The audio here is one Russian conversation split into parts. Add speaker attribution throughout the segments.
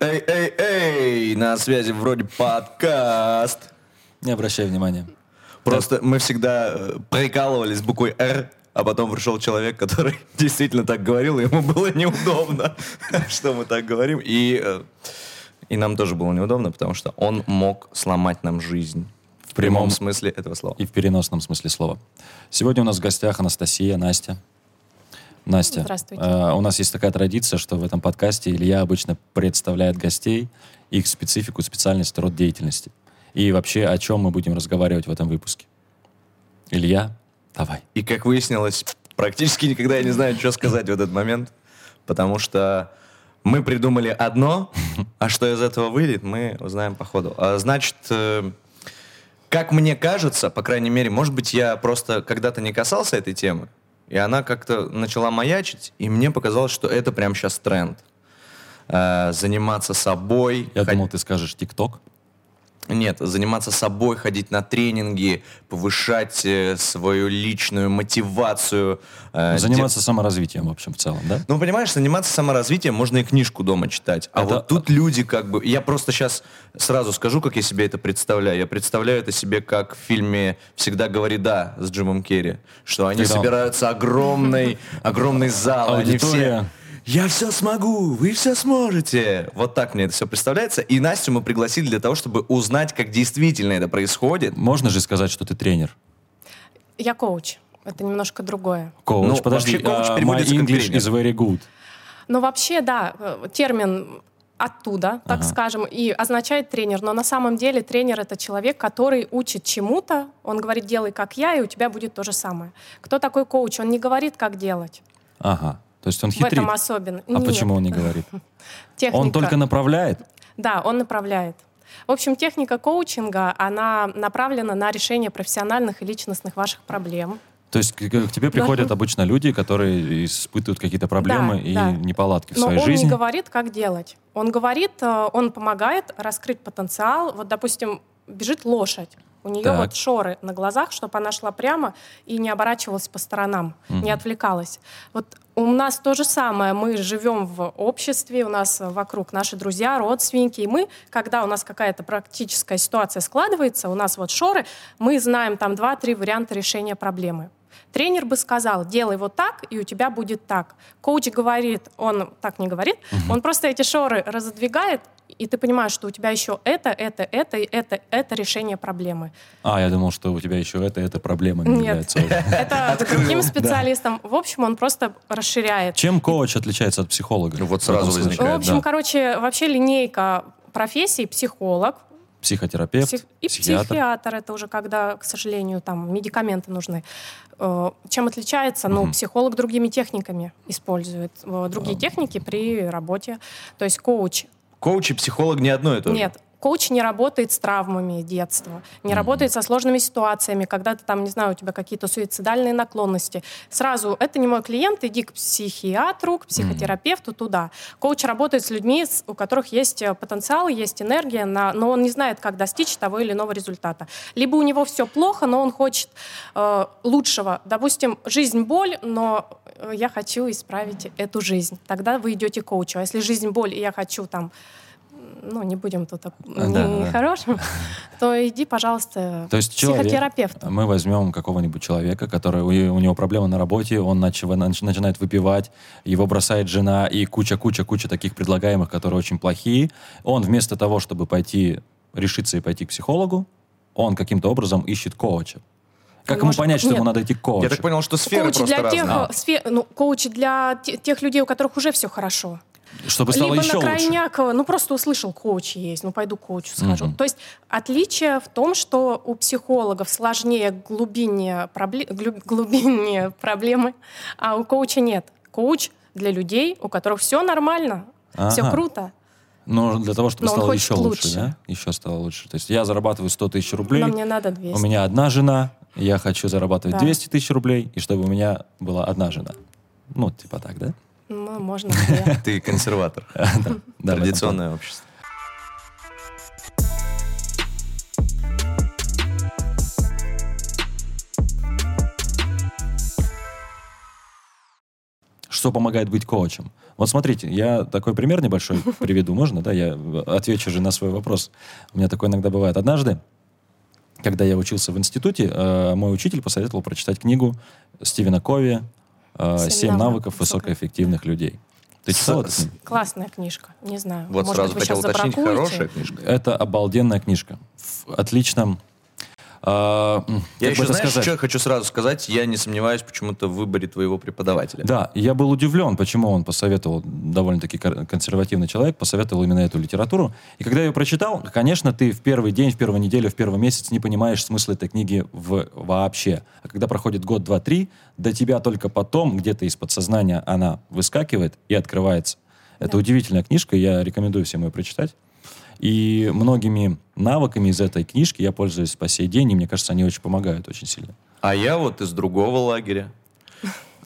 Speaker 1: Эй, эй, эй, на связи вроде подкаст.
Speaker 2: Не обращай внимания.
Speaker 1: Просто мы всегда э, прикалывались буквой «Р», а потом пришел человек, который действительно так говорил, и ему было неудобно, что мы так говорим. И, э, и нам тоже было неудобно, потому что он мог сломать нам жизнь. В прямом
Speaker 2: прямом
Speaker 1: смысле этого слова.
Speaker 2: И в переносном смысле слова. Сегодня у нас в гостях Анастасия, Настя. Настя,
Speaker 3: Здравствуйте.
Speaker 2: э, у нас есть такая традиция, что в этом подкасте Илья обычно представляет гостей, их специфику, специальность, род деятельности. И вообще, о чем мы будем разговаривать в этом выпуске. Илья, давай.
Speaker 1: И как выяснилось, практически никогда я не знаю, что сказать в этот момент, потому что мы придумали одно, а что из этого выйдет, мы узнаем по ходу. А, Значит, э, как мне кажется, по крайней мере, может быть, я просто когда-то не касался этой темы, и она как-то начала маячить, и мне показалось, что это прям сейчас тренд. Э, Заниматься собой.
Speaker 2: Я
Speaker 1: хот-
Speaker 2: думал, ты скажешь ТикТок.
Speaker 1: нет, заниматься собой, ходить на тренинги, повышать э, свою личную мотивацию. э,
Speaker 2: Заниматься саморазвитием, в общем, в целом, да?
Speaker 1: ну, понимаешь, заниматься саморазвитием можно и книжку дома читать. А
Speaker 2: Это-
Speaker 1: вот тут люди как бы... Я просто сейчас сразу скажу, как я себе это представляю. Я представляю это себе как в фильме «Всегда говори да» с Джимом Керри. Что они
Speaker 2: Когда он-
Speaker 1: собираются огромный, огромный зал. они все-
Speaker 2: Аудитория.
Speaker 1: я все смогу, вы все сможете. Вот так мне это все представляется. И Настю мы пригласили для того, чтобы узнать, как действительно это происходит.
Speaker 2: Можно же сказать, что ты тренер.
Speaker 3: Я коуч. Это немножко другое.
Speaker 2: Коуч,
Speaker 1: Ну,
Speaker 2: подожди,
Speaker 1: вообще коуч
Speaker 2: а, my
Speaker 1: переводится как
Speaker 2: English
Speaker 1: тренер.
Speaker 2: is very good.
Speaker 3: Но вообще, да, э, термин оттуда, так скажем, и означает тренер. Но на самом деле тренер это человек, который учит чему-то. Он говорит, делай как я, и у тебя будет то же самое. Кто такой коуч? Он не говорит, как делать.
Speaker 2: Ага, то есть он
Speaker 3: В
Speaker 2: хитрит.
Speaker 3: этом особенно.
Speaker 2: А почему он не говорит?
Speaker 3: Техника.
Speaker 2: Он только направляет.
Speaker 3: Да, он направляет. В общем, техника коучинга, она направлена на решение профессиональных и личностных ваших проблем.
Speaker 2: То есть к, к
Speaker 3: Ну,
Speaker 2: тебе приходят обычно люди, которые испытывают какие-то проблемы
Speaker 3: Да,
Speaker 2: и
Speaker 3: да.
Speaker 2: неполадки в
Speaker 3: Но
Speaker 2: своей
Speaker 3: он
Speaker 2: жизни.
Speaker 3: не говорит, как делать. Он говорит, э, он помогает раскрыть потенциал. Вот, допустим, бежит лошадь. У нее
Speaker 2: Так.
Speaker 3: вот шоры на глазах, чтобы она шла прямо и не оборачивалась по сторонам, не отвлекалась. Вот у нас то же самое. Мы живем в обществе, у нас э, вокруг наши друзья, родственники. И мы, когда у нас какая-то практическая ситуация складывается, у нас вот шоры, мы знаем там два-три варианта решения проблемы. Тренер бы сказал, делай вот так, и у тебя будет так. Коуч говорит, он так не говорит, он просто эти шоры разодвигает, и ты понимаешь, что у тебя еще это, это, это, и это, это решение проблемы.
Speaker 2: А, я думал, что у тебя еще это, это проблема не
Speaker 3: Нет.
Speaker 2: является.
Speaker 3: Это другим специалистам. В общем, он просто расширяет.
Speaker 2: Чем коуч отличается от психолога?
Speaker 1: Ну, вот
Speaker 2: В этом
Speaker 1: сразу
Speaker 2: случае?
Speaker 3: В
Speaker 1: возникает,
Speaker 3: общем,
Speaker 2: Да.
Speaker 3: короче, вообще линейка профессий психолог,
Speaker 2: Психотерапевт,
Speaker 3: Псих- И
Speaker 2: психиатр.
Speaker 3: психиатр. это уже когда, к сожалению, там медикаменты нужны. Э, Чем отличается? Ну,
Speaker 2: Мгм.
Speaker 3: психолог другими техниками использует. э, Другие техники при работе. То есть коуч.
Speaker 1: Коуч и психолог не одно и то же.
Speaker 3: Нет, коуч не работает с травмами детства, не
Speaker 2: Мгм.
Speaker 3: работает со сложными ситуациями, когда ты там, не знаю, у тебя какие-то суицидальные наклонности. Сразу, это не мой клиент, иди к психиатру, к психотерапевту, туда. Коуч работает с людьми, с- у которых есть э, потенциал, есть энергия, на- но он не знает, как достичь того или иного результата. Либо у него все плохо, но он хочет э, лучшего. Допустим, жизнь боль, но э, я хочу исправить эту жизнь. Тогда вы идете к коучу. А если жизнь боль, и я хочу там ну, не будем тут об-
Speaker 2: А, да,
Speaker 3: не
Speaker 2: да.
Speaker 3: хорошим, то иди, пожалуйста,
Speaker 2: То есть человек-
Speaker 3: психотерапевт.
Speaker 2: Мы возьмем какого-нибудь человека, который у, у него проблемы на работе, он начи- нач- начинает выпивать, его бросает жена и куча-куча-куча таких предлагаемых, которые очень плохие. Он вместо того, чтобы пойти решиться и пойти к психологу, он каким-то образом ищет коуча. Как
Speaker 3: Он
Speaker 2: ему
Speaker 3: Ну, может-
Speaker 2: понять, что ему
Speaker 3: нет.
Speaker 2: надо идти к коучу?
Speaker 1: Я так понял, что сферы
Speaker 3: коучи
Speaker 1: просто
Speaker 3: для тех,
Speaker 1: разные.
Speaker 3: э, сфе- ну, коучи для те- тех людей, у которых уже все хорошо.
Speaker 2: Чтобы стало
Speaker 3: Либо
Speaker 2: еще
Speaker 3: на
Speaker 2: лучше.
Speaker 3: крайняк, э, ну просто услышал, коуч есть, ну пойду к коучу схожу.
Speaker 2: Мгм.
Speaker 3: То есть отличие в том, что у психологов сложнее глубине, пробле- глю- глубине проблемы, а у коуча нет. Коуч для людей, у которых все нормально, все
Speaker 2: Ага.
Speaker 3: круто.
Speaker 2: Но для того, чтобы
Speaker 3: Но он
Speaker 2: стало
Speaker 3: хочет
Speaker 2: еще лучше,
Speaker 3: лучше.
Speaker 2: да? Еще стало лучше. То есть я зарабатываю 100 тысяч рублей,
Speaker 3: Но мне надо
Speaker 2: у
Speaker 3: 200.
Speaker 2: меня одна жена, я хочу зарабатывать
Speaker 3: Да.
Speaker 2: 200 тысяч рублей, и чтобы у меня была одна жена. Ну, типа так, да?
Speaker 3: Ну, можно. две.
Speaker 1: Ты консерватор.
Speaker 2: Да, в этом
Speaker 1: Традиционное общество.
Speaker 2: что помогает быть коучем. Вот смотрите, я такой пример небольшой приведу, можно, да? Я отвечу же на свой вопрос. У меня такое иногда бывает. Однажды, когда я учился в институте, э, мой учитель посоветовал прочитать книгу Стивена Кови э,
Speaker 3: «Семь
Speaker 2: «Семь навыков
Speaker 3: навыков
Speaker 2: высокоэффективных людей». Ты
Speaker 1: С-
Speaker 2: читал эту
Speaker 1: с-
Speaker 2: книгу?
Speaker 3: Классная книжка, не знаю.
Speaker 1: Вот
Speaker 3: может
Speaker 1: сразу
Speaker 3: быть, вы
Speaker 1: хотел
Speaker 3: сейчас
Speaker 1: уточнить,
Speaker 3: забракуете.
Speaker 1: хорошая книжка.
Speaker 2: Это обалденная книжка. В отличном... э, м,
Speaker 1: Я
Speaker 2: как бы
Speaker 1: еще,
Speaker 2: это
Speaker 1: знаешь,
Speaker 2: сказать?
Speaker 1: что хочу сразу сказать? Я не сомневаюсь почему-то в выборе твоего преподавателя.
Speaker 2: Да, и я был удивлен, почему он посоветовал, довольно-таки кор- консервативный человек, посоветовал именно эту литературу. И когда я ее прочитал, конечно, ты в первый день, в первую неделю, в первый месяц не понимаешь смысла этой книги в, вообще. А когда проходит год, два, три, до тебя только потом где-то из подсознания она выскакивает и открывается. Это
Speaker 3: Да.
Speaker 2: удивительная книжка, я рекомендую всем ее прочитать. И многими навыками из этой книжки я пользуюсь по сей день, и мне кажется, они очень помогают очень сильно.
Speaker 1: А я вот из другого лагеря.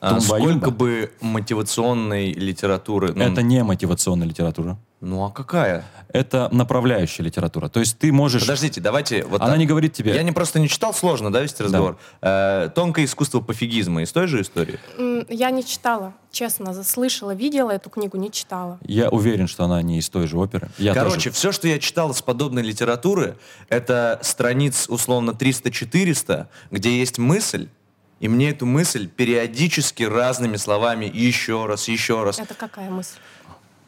Speaker 1: А
Speaker 2: Тумба-юмба.
Speaker 1: сколько бы мотивационной литературы... ну,
Speaker 2: Это не мотивационная литература.
Speaker 1: Ну а какая?
Speaker 2: это направляющая литература. То есть ты можешь...
Speaker 1: Подождите, давайте... Вот
Speaker 2: Она
Speaker 1: так.
Speaker 2: не говорит тебе...
Speaker 1: Я не просто не читал, сложно, да, вести разговор. Э, тонкое искусство пофигизма из той же истории.
Speaker 3: М, Я не читала, честно, заслышала, видела эту книгу, не читала.
Speaker 2: Я уверен, что она не из той же оперы. Я
Speaker 1: Короче,
Speaker 2: тоже.
Speaker 1: все, что я читал с подобной литературы, это страниц условно 300-400, где есть мысль, и мне эту мысль периодически разными словами еще раз, еще раз.
Speaker 3: Это какая мысль?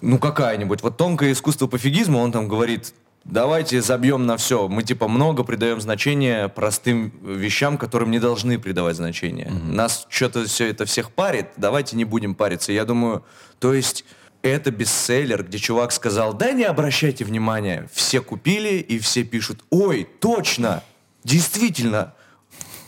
Speaker 1: Ну какая-нибудь. Вот тонкое искусство пофигизма, он там говорит, давайте забьем на все. Мы типа много придаем значение простым вещам, которым не должны придавать значение. Нас что-то все это всех парит, давайте не будем париться. Я думаю, то есть это бестселлер, где чувак сказал, да не обращайте внимания, все купили и все пишут, ой, точно, действительно,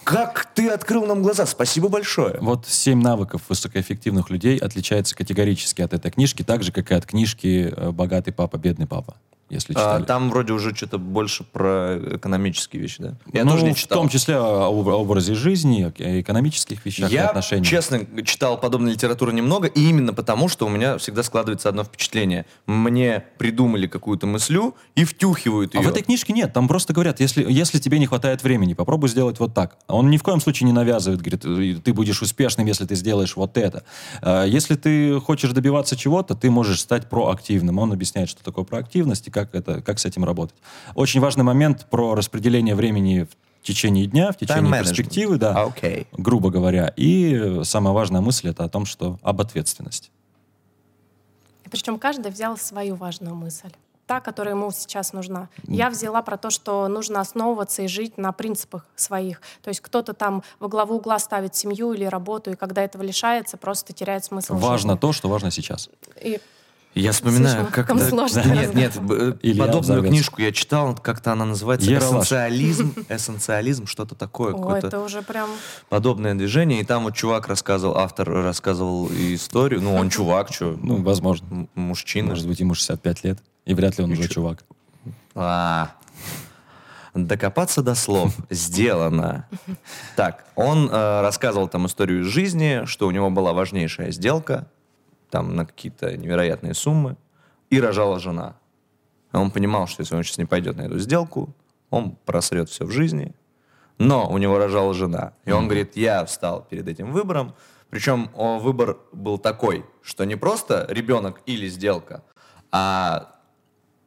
Speaker 1: как ты открыл нам глаза, спасибо большое.
Speaker 2: Вот «Семь навыков высокоэффективных людей» отличается категорически от этой книжки, так же, как и от книжки э, «Богатый папа, бедный папа», если
Speaker 1: А,
Speaker 2: читали.
Speaker 1: там вроде уже что-то больше про экономические вещи, да? Я
Speaker 2: Ну,
Speaker 1: тоже не читал.
Speaker 2: В том числе о об- о образе жизни, о экономических вещах, и
Speaker 1: Я,
Speaker 2: отношениях.
Speaker 1: честно, читал подобной литературы немного, и именно потому, что у меня всегда складывается одно впечатление. Мне придумали какую-то мыслю и втюхивают
Speaker 2: А
Speaker 1: ее.
Speaker 2: в этой книжке нет, там просто говорят, если, если тебе не хватает времени, попробуй сделать вот так. Он ни в коем случае не навязывает, говорит, «Э, ты будешь успешным, если ты сделаешь вот это. А Если ты хочешь добиваться чего-то, ты можешь стать проактивным. Он объясняет, что такое проактивность и как, это, как с этим работать. Очень важный момент про распределение времени в течение дня, в течение
Speaker 1: Time management. А,
Speaker 2: перспективы, да,
Speaker 1: Окей.
Speaker 2: грубо говоря. И э, самая важная мысль это о том, что об ответственности.
Speaker 3: И Причем каждый взял свою важную мысль. Та, которая ему сейчас нужна. Я взяла про то, что нужно основываться и жить на принципах своих. То есть кто-то там во главу угла ставит семью или работу, и когда этого лишается, просто теряет смысл
Speaker 2: Важно
Speaker 3: жизни.
Speaker 2: то, что важно сейчас.
Speaker 3: И
Speaker 1: Я вспоминаю,
Speaker 3: Слышала,
Speaker 1: как
Speaker 3: там
Speaker 1: это-
Speaker 3: сложный
Speaker 1: Нет,
Speaker 3: разговор.
Speaker 1: нет, б- э,
Speaker 2: Илья
Speaker 1: подобную
Speaker 2: Обзавец.
Speaker 1: книжку я читал, как-то она называется
Speaker 2: Ералаш.
Speaker 1: эссенциализм, эссенциализм, что-то такое,
Speaker 3: о,
Speaker 1: какое-то
Speaker 3: это уже прям...
Speaker 1: подобное движение. И там вот чувак рассказывал, автор рассказывал и историю. Ну, он чувак, что,
Speaker 2: Ну, возможно.
Speaker 1: мужчина.
Speaker 2: Может быть, ему 65 лет, и вряд ли он уже чувак.
Speaker 1: А. Докопаться до слов. Сделано. Так, он э, рассказывал там историю из жизни, что у него была важнейшая сделка, там на какие-то невероятные суммы, и рожала жена. А Он понимал, что если он сейчас не пойдет на эту сделку, он просрет все в жизни. Но у него рожала жена. И он говорит, я встал перед этим выбором. Причем о, выбор был такой, что не просто ребенок или сделка, а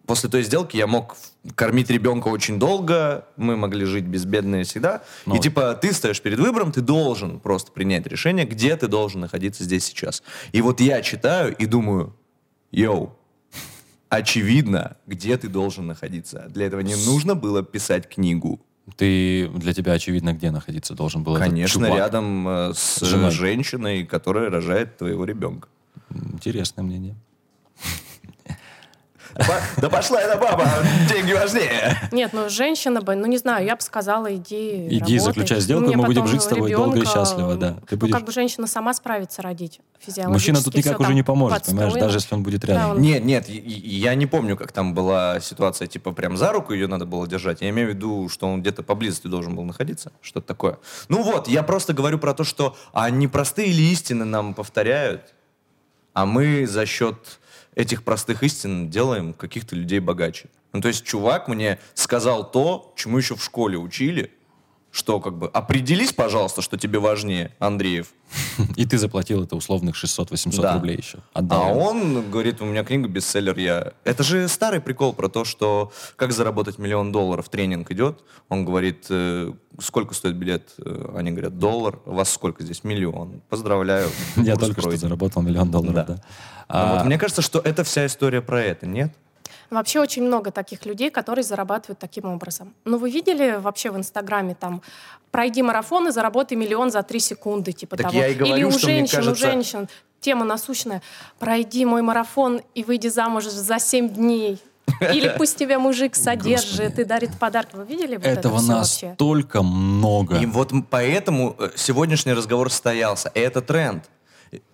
Speaker 1: после той сделки я мог в- кормить ребенка очень долго, мы могли жить безбедно и всегда.
Speaker 2: Ну.
Speaker 1: И типа ты стоишь перед выбором, ты должен просто принять решение, где ты должен находиться здесь сейчас. И вот я читаю и думаю, йоу, очевидно, где ты должен находиться. Для этого не нужно было писать книгу.
Speaker 2: Ты для тебя очевидно, где находиться должен был этот
Speaker 1: Конечно,
Speaker 2: чувак.
Speaker 1: рядом э, с э,
Speaker 2: Женой.
Speaker 1: женщиной, которая рожает твоего ребенка.
Speaker 2: Интересное мнение.
Speaker 1: Ба- Да пошла эта баба, деньги важнее.
Speaker 3: Нет, ну женщина бы, ну не знаю, я бы сказала, иди
Speaker 2: Иди,
Speaker 3: работай.
Speaker 2: заключай сделку, и
Speaker 3: Мне
Speaker 2: мы будем
Speaker 3: потом
Speaker 2: жить с тобой долго и
Speaker 3: ребенка,
Speaker 2: счастливо, да. Ты
Speaker 3: ну,
Speaker 2: будешь-
Speaker 3: как бы женщина сама справится родить физиологически.
Speaker 2: Мужчина тут никак
Speaker 3: всё
Speaker 2: уже
Speaker 3: там
Speaker 2: не поможет, понимаешь,
Speaker 3: подстроено.
Speaker 2: даже если он будет
Speaker 3: Да,
Speaker 2: рядом.
Speaker 3: он-
Speaker 1: Нет, нет, и- и- я не помню, как там была ситуация, типа прям за руку ее надо было держать. Я имею в виду, что он где-то поблизости должен был находиться, что-то такое. Ну вот, я просто говорю про то, что они простые ли истины нам повторяют, а мы за счет этих простых истин делаем каких-то людей богаче. Ну то есть чувак мне сказал то, чему еще в школе учили, что как бы определись, пожалуйста, что тебе важнее, Андреев.
Speaker 2: И ты заплатил это условных 600-800
Speaker 1: Да.
Speaker 2: рублей еще.
Speaker 1: А
Speaker 2: Отдал.
Speaker 1: он говорит, у меня книга бестселлер, я... Это же старый прикол про то, что как заработать миллион долларов, тренинг идет, он говорит, э, сколько стоит билет, Э, они говорят, доллар, у вас сколько здесь, миллион, поздравляю.
Speaker 2: Я
Speaker 1: курс
Speaker 2: только что
Speaker 1: пройден».
Speaker 2: заработал миллион долларов,
Speaker 1: Да.
Speaker 2: да.
Speaker 1: Ну
Speaker 2: А,
Speaker 1: вот мне кажется, что это вся история про это, нет?
Speaker 3: Вообще очень много таких людей, которые зарабатывают таким образом. Ну, вы видели вообще в Инстаграме там «Пройди марафон и заработай миллион за три секунды», типа
Speaker 1: Так
Speaker 3: того.
Speaker 1: я и говорю,
Speaker 3: Или у
Speaker 1: что мне
Speaker 3: женщин,
Speaker 1: кажется-
Speaker 3: у женщин. Тема насущная. «Пройди мой марафон и выйди замуж за семь дней». Или «Пусть тебя мужик содержит
Speaker 2: Господи.
Speaker 3: и дарит подарки». Вы видели вот это
Speaker 2: Этого
Speaker 3: все вообще?
Speaker 2: настолько много.
Speaker 1: И вот м- поэтому э, сегодняшний разговор состоялся. Это тренд.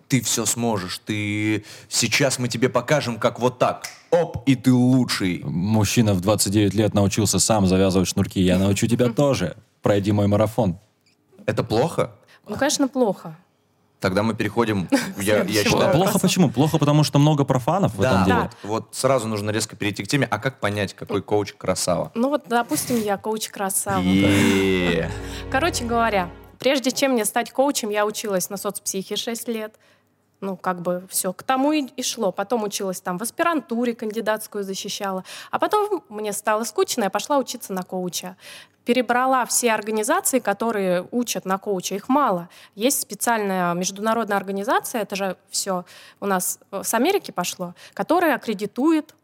Speaker 1: Ты все сможешь. Ты сейчас мы тебе покажем, как вот так. Оп, и ты лучший.
Speaker 2: Мужчина в 29 лет научился сам завязывать шнурки. Я научу тебя тоже. Пройди мой марафон.
Speaker 1: Это плохо?
Speaker 3: Ну, конечно, плохо.
Speaker 1: Тогда мы переходим. Я, я
Speaker 3: Следующий
Speaker 2: А
Speaker 1: считаю.
Speaker 3: вопрос.
Speaker 2: плохо почему? Плохо, потому что много профанов в этом
Speaker 1: Да,
Speaker 2: деле.
Speaker 1: вот, вот сразу нужно резко перейти к теме. А как понять, какой коуч красава?
Speaker 3: Ну вот, допустим, я коуч красава.
Speaker 1: И-
Speaker 3: Короче говоря, прежде чем мне стать коучем, я училась на соцпсихе 6 лет. Ну, как бы все к тому и, и шло. Потом училась там в аспирантуре, кандидатскую защищала. А потом мне стало скучно, я пошла учиться на коуча. Перебрала все организации, которые учат на коуча. Их мало. Есть специальная международная организация, это же все у нас э, с Америки пошло, которая аккредитует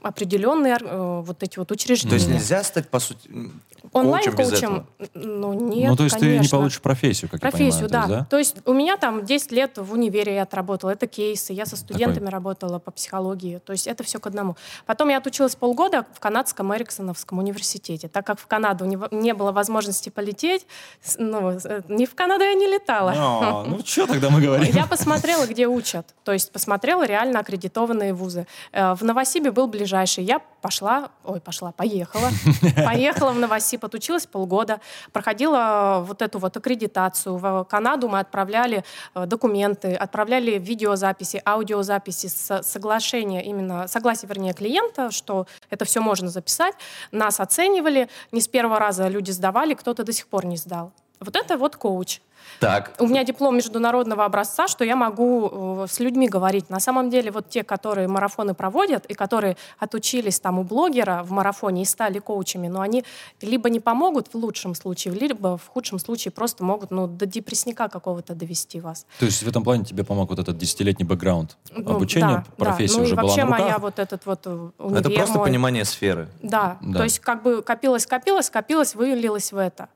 Speaker 3: определенные ор- э, вот эти вот учреждения.
Speaker 1: То есть нельзя стать, по сути, м, коучем без
Speaker 3: Онлайн-коучем?
Speaker 1: этого?
Speaker 3: Ну, нет,
Speaker 2: ну, то есть ты не
Speaker 3: конечно.
Speaker 2: получишь профессию, как я
Speaker 3: Профессию, да.
Speaker 2: понимаю. то есть,
Speaker 3: То есть у меня там 10 лет в универе я отработала. Это кейсы. Я со студентами работала по психологии. То есть это все к одному. Потом я отучилась полгода в канадском Эриксоновском университете. Так как в Канаду не, во- не было возможности полететь, с- ну, э, ни в Канаду я не летала.
Speaker 2: А, ну, что тогда мы говорим?
Speaker 3: Я посмотрела, где учат. То есть посмотрела реально аккредитованные вузы. Э, В Новосибе был ближайший. Я пошла, ой, пошла, поехала. Поехала в Новосиб, отучилась полгода. Проходила вот эту вот аккредитацию. В Канаду мы отправляли э, документы, отправляли видеозаписи, аудиозаписи, с- соглашение именно, согласие, вернее, клиента, что это все можно записать. Нас оценивали. Не с первого раза люди сдавали, кто-то до сих пор не сдал. Вот это вот коуч.
Speaker 1: Так.
Speaker 3: У меня диплом международного образца, что я могу э, с людьми говорить. На самом деле, вот те, которые марафоны проводят и которые отучились там у блогера в марафоне и стали коучами, но они либо не помогут в лучшем случае, либо в худшем случае просто могут ну, до депрессника какого-то довести вас.
Speaker 2: То есть в этом плане тебе помог вот этот десятилетний бэкграунд.
Speaker 3: Ну,
Speaker 2: Обучение,
Speaker 3: да, да.
Speaker 2: профессия
Speaker 3: ну,
Speaker 2: уже
Speaker 3: и вообще
Speaker 2: была на руках.
Speaker 3: моя вот этот вот э, универ
Speaker 1: Ну, Это просто
Speaker 3: мой.
Speaker 1: понимание сферы.
Speaker 3: Да.
Speaker 2: Да.
Speaker 3: то есть как бы копилось, копилось, копилось, вылилось в это.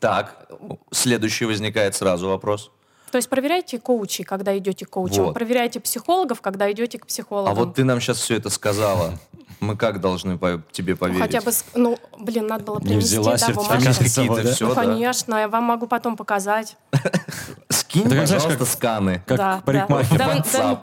Speaker 1: Так, следующий возникает сразу вопрос.
Speaker 3: То есть проверяйте коучей, когда идете к коучам,
Speaker 1: Вот.
Speaker 3: проверяйте психологов, когда идете к
Speaker 1: А
Speaker 3: психологам.
Speaker 1: вот ты нам сейчас все это сказала. Мы как должны по- тебе
Speaker 3: Ну,
Speaker 1: поверить?
Speaker 3: Хотя бы, с- ну, блин, надо было
Speaker 2: Не
Speaker 3: принести,
Speaker 2: взяла
Speaker 3: да,
Speaker 2: сертификат
Speaker 3: бумажки.
Speaker 2: с собой,
Speaker 1: Какие-то
Speaker 2: да?
Speaker 1: всё,
Speaker 3: Ну,
Speaker 1: да.
Speaker 3: конечно, я вам могу потом показать.
Speaker 1: Скинь,
Speaker 2: Это как, знаешь,
Speaker 1: пожалуйста,
Speaker 2: как-
Speaker 1: сканы.
Speaker 2: Как
Speaker 3: да,
Speaker 2: парикмахер.
Speaker 3: Да. Да,
Speaker 1: WhatsApp.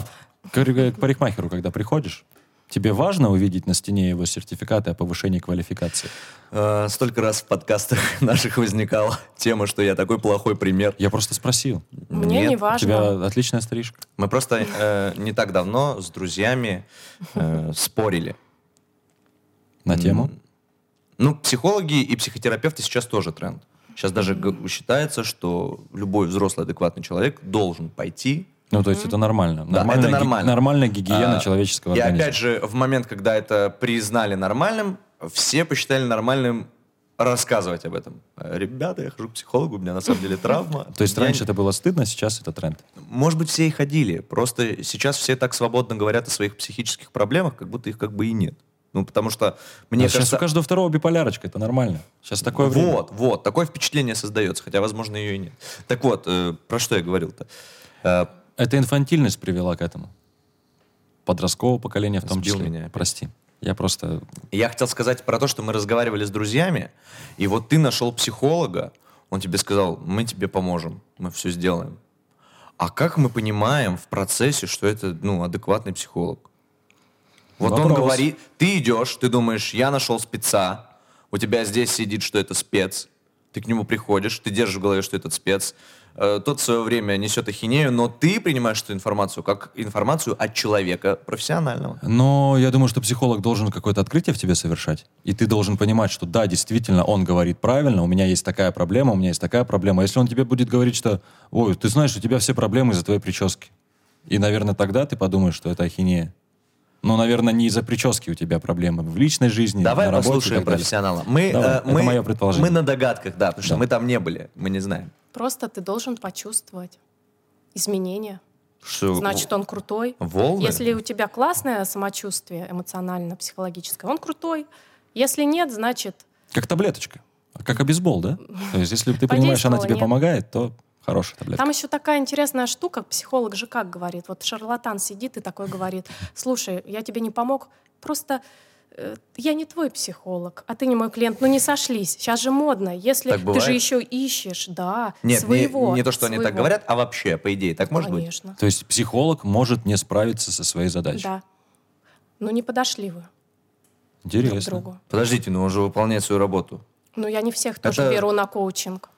Speaker 3: да,
Speaker 2: К к парикмахеру, когда приходишь, тебе важно увидеть на стене его сертификаты о повышении квалификации?
Speaker 1: Э, Столько раз в подкастах наших возникала тема, что я такой плохой пример.
Speaker 2: Я просто спросил.
Speaker 3: Мне
Speaker 1: Нет,
Speaker 3: не
Speaker 2: У
Speaker 3: важно.
Speaker 2: тебя отличная стрижка.
Speaker 1: Мы просто э, не так давно с друзьями э, спорили.
Speaker 2: На тему?
Speaker 1: Ну, психологи и психотерапевты сейчас тоже тренд. Сейчас даже г- считается, что любой взрослый адекватный человек должен пойти.
Speaker 2: Ну, то есть это нормально.
Speaker 1: Да,
Speaker 2: Нормальная
Speaker 1: это
Speaker 2: ги-
Speaker 1: нормально.
Speaker 2: Нормальная гигиена
Speaker 1: А,
Speaker 2: человеческого
Speaker 1: И
Speaker 2: организма.
Speaker 1: опять же, в момент, когда это признали нормальным, все посчитали нормальным рассказывать об этом. Э, Ребята, я хожу к психологу, у меня на самом деле травма.
Speaker 2: То есть
Speaker 1: Я
Speaker 2: раньше это было стыдно, сейчас это тренд.
Speaker 1: Может быть, все и ходили. Просто сейчас все так свободно говорят о своих психических проблемах, как будто их как бы и нет. Ну, потому что, мне
Speaker 2: А Сейчас
Speaker 1: кажется...
Speaker 2: у каждого второго биполярочка, это нормально. Сейчас такое время.
Speaker 1: вот, вот, такое впечатление создается, хотя, возможно, ее и нет. Так вот, э, про что я говорил-то? Э,
Speaker 2: Это инфантильность привела к этому. Подросткового поколения в том
Speaker 1: Сбил
Speaker 2: числе.
Speaker 1: меня опять.
Speaker 2: Прости. Я просто...
Speaker 1: я хотел сказать про то, что мы разговаривали с друзьями, и вот ты нашел психолога, он тебе сказал, мы тебе поможем, мы все сделаем. А как мы понимаем в процессе, что это, ну, адекватный психолог? Вот он
Speaker 2: Вопрос.
Speaker 1: говорит, ты идешь, ты думаешь, я нашел спеца, у тебя здесь сидит, что это спец, ты к нему приходишь, ты держишь в голове, что этот спец, э, тот в свое время несет ахинею, но ты принимаешь эту информацию как информацию от человека профессионального.
Speaker 2: Но я думаю, что психолог должен какое-то открытие в тебе совершать. И ты должен понимать, что да, действительно, он говорит правильно, у меня есть такая проблема, у меня есть такая проблема. Если он тебе будет говорить, что ой, ты знаешь, у тебя все проблемы из-за твоей прически. И, наверное, тогда ты подумаешь, что это ахинея. Но, наверное, не из-за прически у тебя проблемы в личной жизни,
Speaker 1: Давай
Speaker 2: на работе и
Speaker 1: послушаем
Speaker 2: так далее.
Speaker 1: профессионала. Мы,
Speaker 2: Давай,
Speaker 1: э,
Speaker 2: это
Speaker 1: мы,
Speaker 2: мое предположение.
Speaker 1: мы на догадках, да, потому что
Speaker 2: Да.
Speaker 1: мы там не были, мы не знаем.
Speaker 3: Просто ты должен почувствовать изменения.
Speaker 1: Что-
Speaker 3: Значит, он крутой.
Speaker 1: Э, волны?
Speaker 3: Если у тебя классное самочувствие эмоционально-психологическое, он крутой. Если нет, значит,
Speaker 2: Как таблеточка. Как обезбол, да? То есть, если ты понимаешь, она
Speaker 3: Подействовала,
Speaker 2: тебе
Speaker 3: нет.
Speaker 2: помогает, то хорошая таблетка.
Speaker 3: Там еще такая интересная штука, психолог же как говорит, вот шарлатан сидит и такой говорит, слушай, я тебе не помог, просто э, я не твой психолог, а ты не мой клиент, ну не сошлись, сейчас же модно, если
Speaker 1: Так
Speaker 3: ты
Speaker 1: бывает?
Speaker 3: же еще ищешь, да,
Speaker 1: Нет, не-
Speaker 3: своего.
Speaker 1: не, то, что они так
Speaker 3: своего.
Speaker 1: говорят, а вообще, по идее, так может быть?
Speaker 3: Конечно,
Speaker 2: То есть психолог может не справиться со своей задачей.
Speaker 3: да. Ну не подошли вы
Speaker 2: Интересно.
Speaker 3: друг к другу.
Speaker 1: Подождите, но он же выполняет свою работу.
Speaker 3: Ну я не всех тоже
Speaker 1: Это-
Speaker 3: беру на коучинг.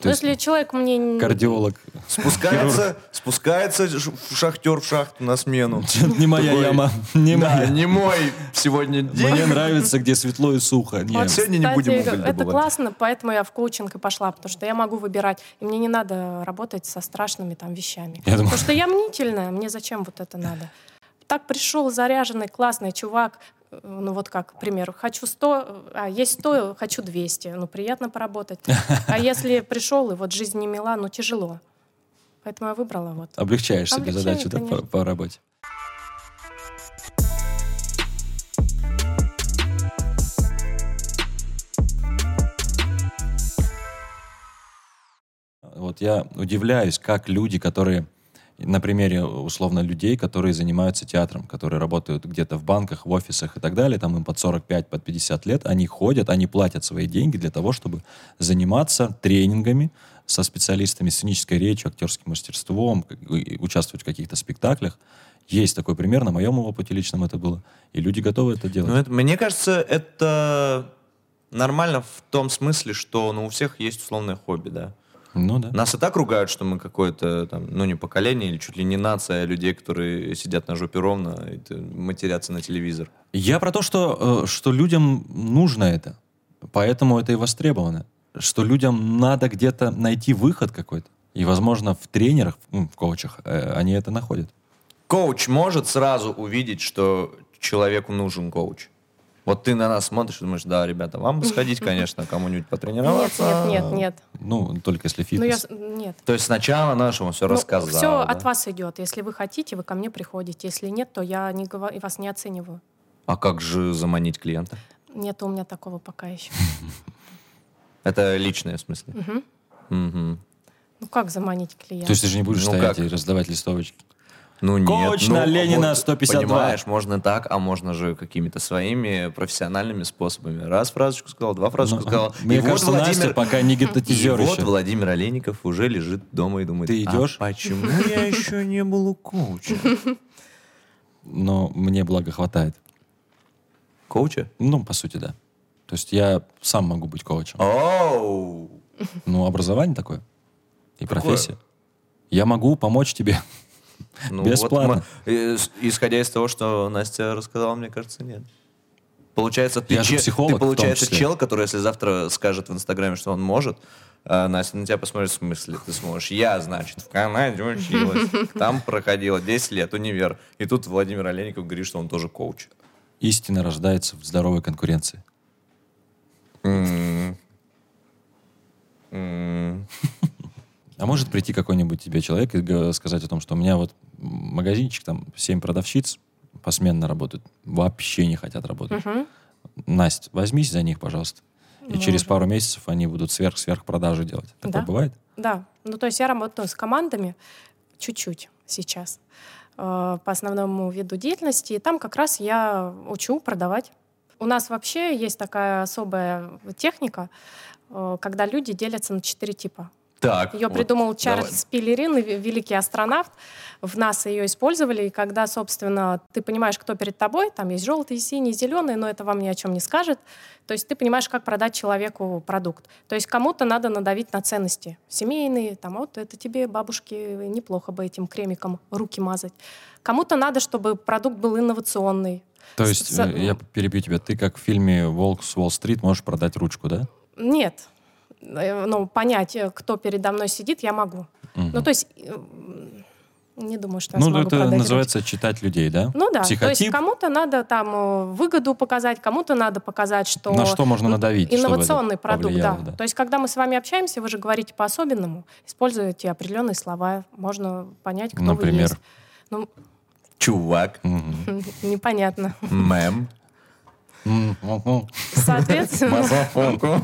Speaker 2: То
Speaker 3: Но
Speaker 2: есть
Speaker 3: Ну, если человек мне... не-
Speaker 2: Кардиолог.
Speaker 1: Спускается, спускается ш- в шахтер в шахту на смену.
Speaker 2: Не моя
Speaker 1: Такой,
Speaker 2: яма. Не
Speaker 1: Да,
Speaker 2: моя.
Speaker 1: не мой сегодня
Speaker 2: Мне
Speaker 1: день.
Speaker 2: нравится, где светло и сухо. Не.
Speaker 1: Вот сегодня не будем
Speaker 3: Кстати,
Speaker 1: уголь
Speaker 3: Это
Speaker 1: добывать.
Speaker 3: классно, поэтому я в коучинг и пошла, потому что я могу выбирать, и мне не надо работать со страшными там вещами.
Speaker 2: Я думаю-
Speaker 3: Потому что я мнительная, мне зачем вот это надо? Так пришел заряженный, классный чувак, э, ну вот как, к примеру, хочу 100, э, а есть 100, хочу 200, ну приятно поработать. А если пришел, и вот жизнь не мила, ну тяжело. Поэтому я выбрала вот.
Speaker 2: Облегчаешь себе
Speaker 3: Облегчаю,
Speaker 2: задачу да, по,
Speaker 3: конечно.
Speaker 2: по работе. Вот я удивляюсь, как люди, которые на примере условно людей, которые занимаются театром, которые работают где-то в банках, в офисах и так далее, там им под 45, под 50 лет, они ходят, они платят свои деньги для того, чтобы заниматься тренингами со специалистами, сценической речью, актерским мастерством, как бы, и участвовать в каких-то спектаклях. Есть такой пример, на моем опыте личном это было. И люди готовы это делать.
Speaker 1: Ну, это- мне кажется, это нормально в том смысле, что ну, у всех есть условное хобби, да.
Speaker 2: Ну да.
Speaker 1: Нас и так ругают, что мы какое-то там, ну не поколение или чуть ли не нация а людей, которые сидят на жопе ровно и т- матерятся на телевизор.
Speaker 2: Я про то, что, э, что людям нужно это. Поэтому это и востребовано. Что людям надо где-то найти выход какой-то. И, возможно, в тренерах, м, в коучах э, они это находят.
Speaker 1: Коуч может сразу увидеть, что человеку нужен коуч. Вот ты на нас смотришь и думаешь, да, ребята, вам бы сходить, конечно, кому-нибудь
Speaker 3: Нет,
Speaker 1: потренироваться.
Speaker 3: нет, нет, нет.
Speaker 2: Ну, только если
Speaker 3: Ну я...
Speaker 2: фитнес.
Speaker 3: с- Нет.
Speaker 1: То есть сначала нашему
Speaker 3: Ну,
Speaker 1: все рассказал.
Speaker 3: Все
Speaker 1: да?
Speaker 3: от вас идет. Если вы хотите, вы ко мне приходите. Если нет, то я не гова- вас не оцениваю.
Speaker 1: А как же заманить клиента?
Speaker 3: Нет у меня такого пока еще.
Speaker 1: Это личное в смысле. Мгм.
Speaker 3: Ну как заманить клиента?
Speaker 2: То есть ты же не будешь
Speaker 1: Ну
Speaker 2: стоять
Speaker 1: как?
Speaker 2: и раздавать листовочки.
Speaker 1: Ну нет.
Speaker 2: Коуч
Speaker 1: ну,
Speaker 2: на Ленина
Speaker 1: вот,
Speaker 2: 152.
Speaker 1: Понимаешь, можно так, а можно же какими-то своими профессиональными способами. Раз фразочку сказал, два фразочку
Speaker 2: Ну,
Speaker 1: сказал.
Speaker 2: Мне
Speaker 1: и
Speaker 2: кажется,
Speaker 1: вот
Speaker 2: Настя
Speaker 1: Владимир...
Speaker 2: пока не
Speaker 1: И
Speaker 2: гипнотизер
Speaker 1: вот
Speaker 2: еще.
Speaker 1: Владимир Олейников уже лежит дома и думает,
Speaker 2: Ты
Speaker 1: «А
Speaker 2: идешь?»
Speaker 1: почему я еще не был у коуча?
Speaker 2: Но мне, благо, хватает.
Speaker 1: Коуча?
Speaker 2: Ну, по сути, да. То есть я сам могу быть коучем.
Speaker 1: Оу!
Speaker 2: Ну, образование такое. И
Speaker 1: Какое?
Speaker 2: профессия. Я могу помочь тебе.
Speaker 1: Ну,
Speaker 2: Бесплатно.
Speaker 1: вот мы- э, с- исходя из того, что Настя рассказала, мне кажется, нет. Получается, ты,
Speaker 2: Я же
Speaker 1: че-
Speaker 2: психолог,
Speaker 1: ты,
Speaker 2: в
Speaker 1: получается,
Speaker 2: том числе.
Speaker 1: чел, который, если завтра скажет в Инстаграме, что он может, а Настя на тебя посмотрит в смысле, ты сможешь. Я, значит, в Канаде училась, там проходила 10 лет, универ. И тут Владимир Олейников говорит, что он тоже коуч.
Speaker 2: Истина рождается в здоровой конкуренции. А может прийти какой-нибудь тебе человек и г- сказать о том, что у меня вот магазинчик, там 7 продавщиц посменно работают, вообще не хотят работать. Настя, возьмись за них, пожалуйста. И через пару месяцев они будут сверх-сверх продажи делать. Такое
Speaker 3: Ну, Да.
Speaker 2: бывает?
Speaker 3: Да. Ну то есть я работаю с командами чуть-чуть сейчас э, по основному виду деятельности. И там как раз я учу продавать. У нас вообще есть такая особая техника, э, когда люди делятся на четыре типа.
Speaker 1: Так.
Speaker 3: Ее
Speaker 1: вот,
Speaker 3: придумал
Speaker 1: давай.
Speaker 3: Чарльз Пилерин, ве- великий астронавт. В НАСА ее использовали, и когда, собственно, ты понимаешь, кто перед тобой, там есть желтый, синий, зеленый, но это вам ни о чем не скажет. То есть ты понимаешь, как продать человеку продукт. То есть кому-то надо надавить на ценности семейные, там вот это тебе, бабушке, неплохо бы этим кремиком руки мазать. Кому-то надо, чтобы продукт был инновационный.
Speaker 2: То
Speaker 3: С-
Speaker 2: есть,
Speaker 3: с-
Speaker 2: э, я перебью тебя, ты как в фильме «Волк с Уолл-стрит» можешь продать ручку, да?
Speaker 3: Нет. Э, Ну, понять, э, кто передо мной сидит, я могу.
Speaker 2: Мгм.
Speaker 3: Ну, то есть, э, м, не думаю, что я
Speaker 2: Ну,
Speaker 3: смогу
Speaker 2: это
Speaker 3: продать
Speaker 2: называется читать людей, да?
Speaker 3: ручку. Ну да, то есть
Speaker 2: Психотип,
Speaker 3: кому-то надо там э, выгоду показать, кому-то надо показать, что...
Speaker 2: на что можно надавить, чтобы это
Speaker 3: Инновационный продукт, да.
Speaker 2: повлияло,
Speaker 3: То есть, когда мы с вами общаемся, вы же говорите по-особенному, используете определенные слова, можно понять, кто
Speaker 2: Например?
Speaker 3: вы есть.
Speaker 1: Чувак,
Speaker 2: Мгм.
Speaker 3: Ну, непонятно.
Speaker 1: мэм.
Speaker 2: М, м,
Speaker 3: Соответственно,
Speaker 1: Мазафаку.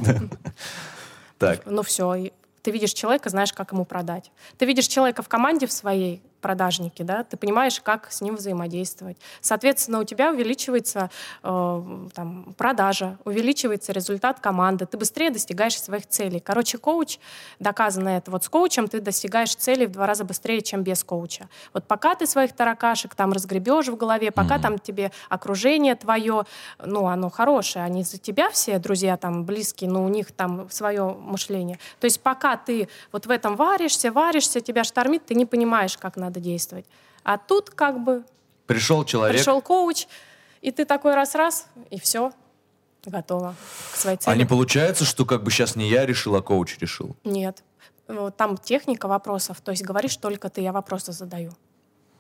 Speaker 1: Так,
Speaker 3: ну все, ты видишь человека, знаешь, как ему продать. Ты видишь человека в команде в своей продажнике, да, ты понимаешь, как с ним взаимодействовать. Соответственно, у тебя увеличивается э, там, продажа, увеличивается результат команды, ты быстрее достигаешь своих целей. Короче, коуч, доказано это, вот с коучем ты достигаешь целей в два раза быстрее, чем без коуча. Вот пока ты своих таракашек там разгребешь в голове, пока
Speaker 2: Мгм.
Speaker 3: там тебе окружение твое, ну, оно хорошее, они за тебя все друзья там близкие, но у них там свое мышление. То есть пока ты вот в этом варишься, варишься, тебя штормит, ты не понимаешь, как надо действовать. А тут как бы
Speaker 1: пришел человек,
Speaker 3: пришел коуч, и ты такой раз-раз, и все, готово к
Speaker 1: а
Speaker 3: своей цели.
Speaker 1: не получается, что как бы сейчас не я решил, а коуч решил?
Speaker 3: Нет. Э, Там техника вопросов, то есть говоришь только ты, я вопросы задаю.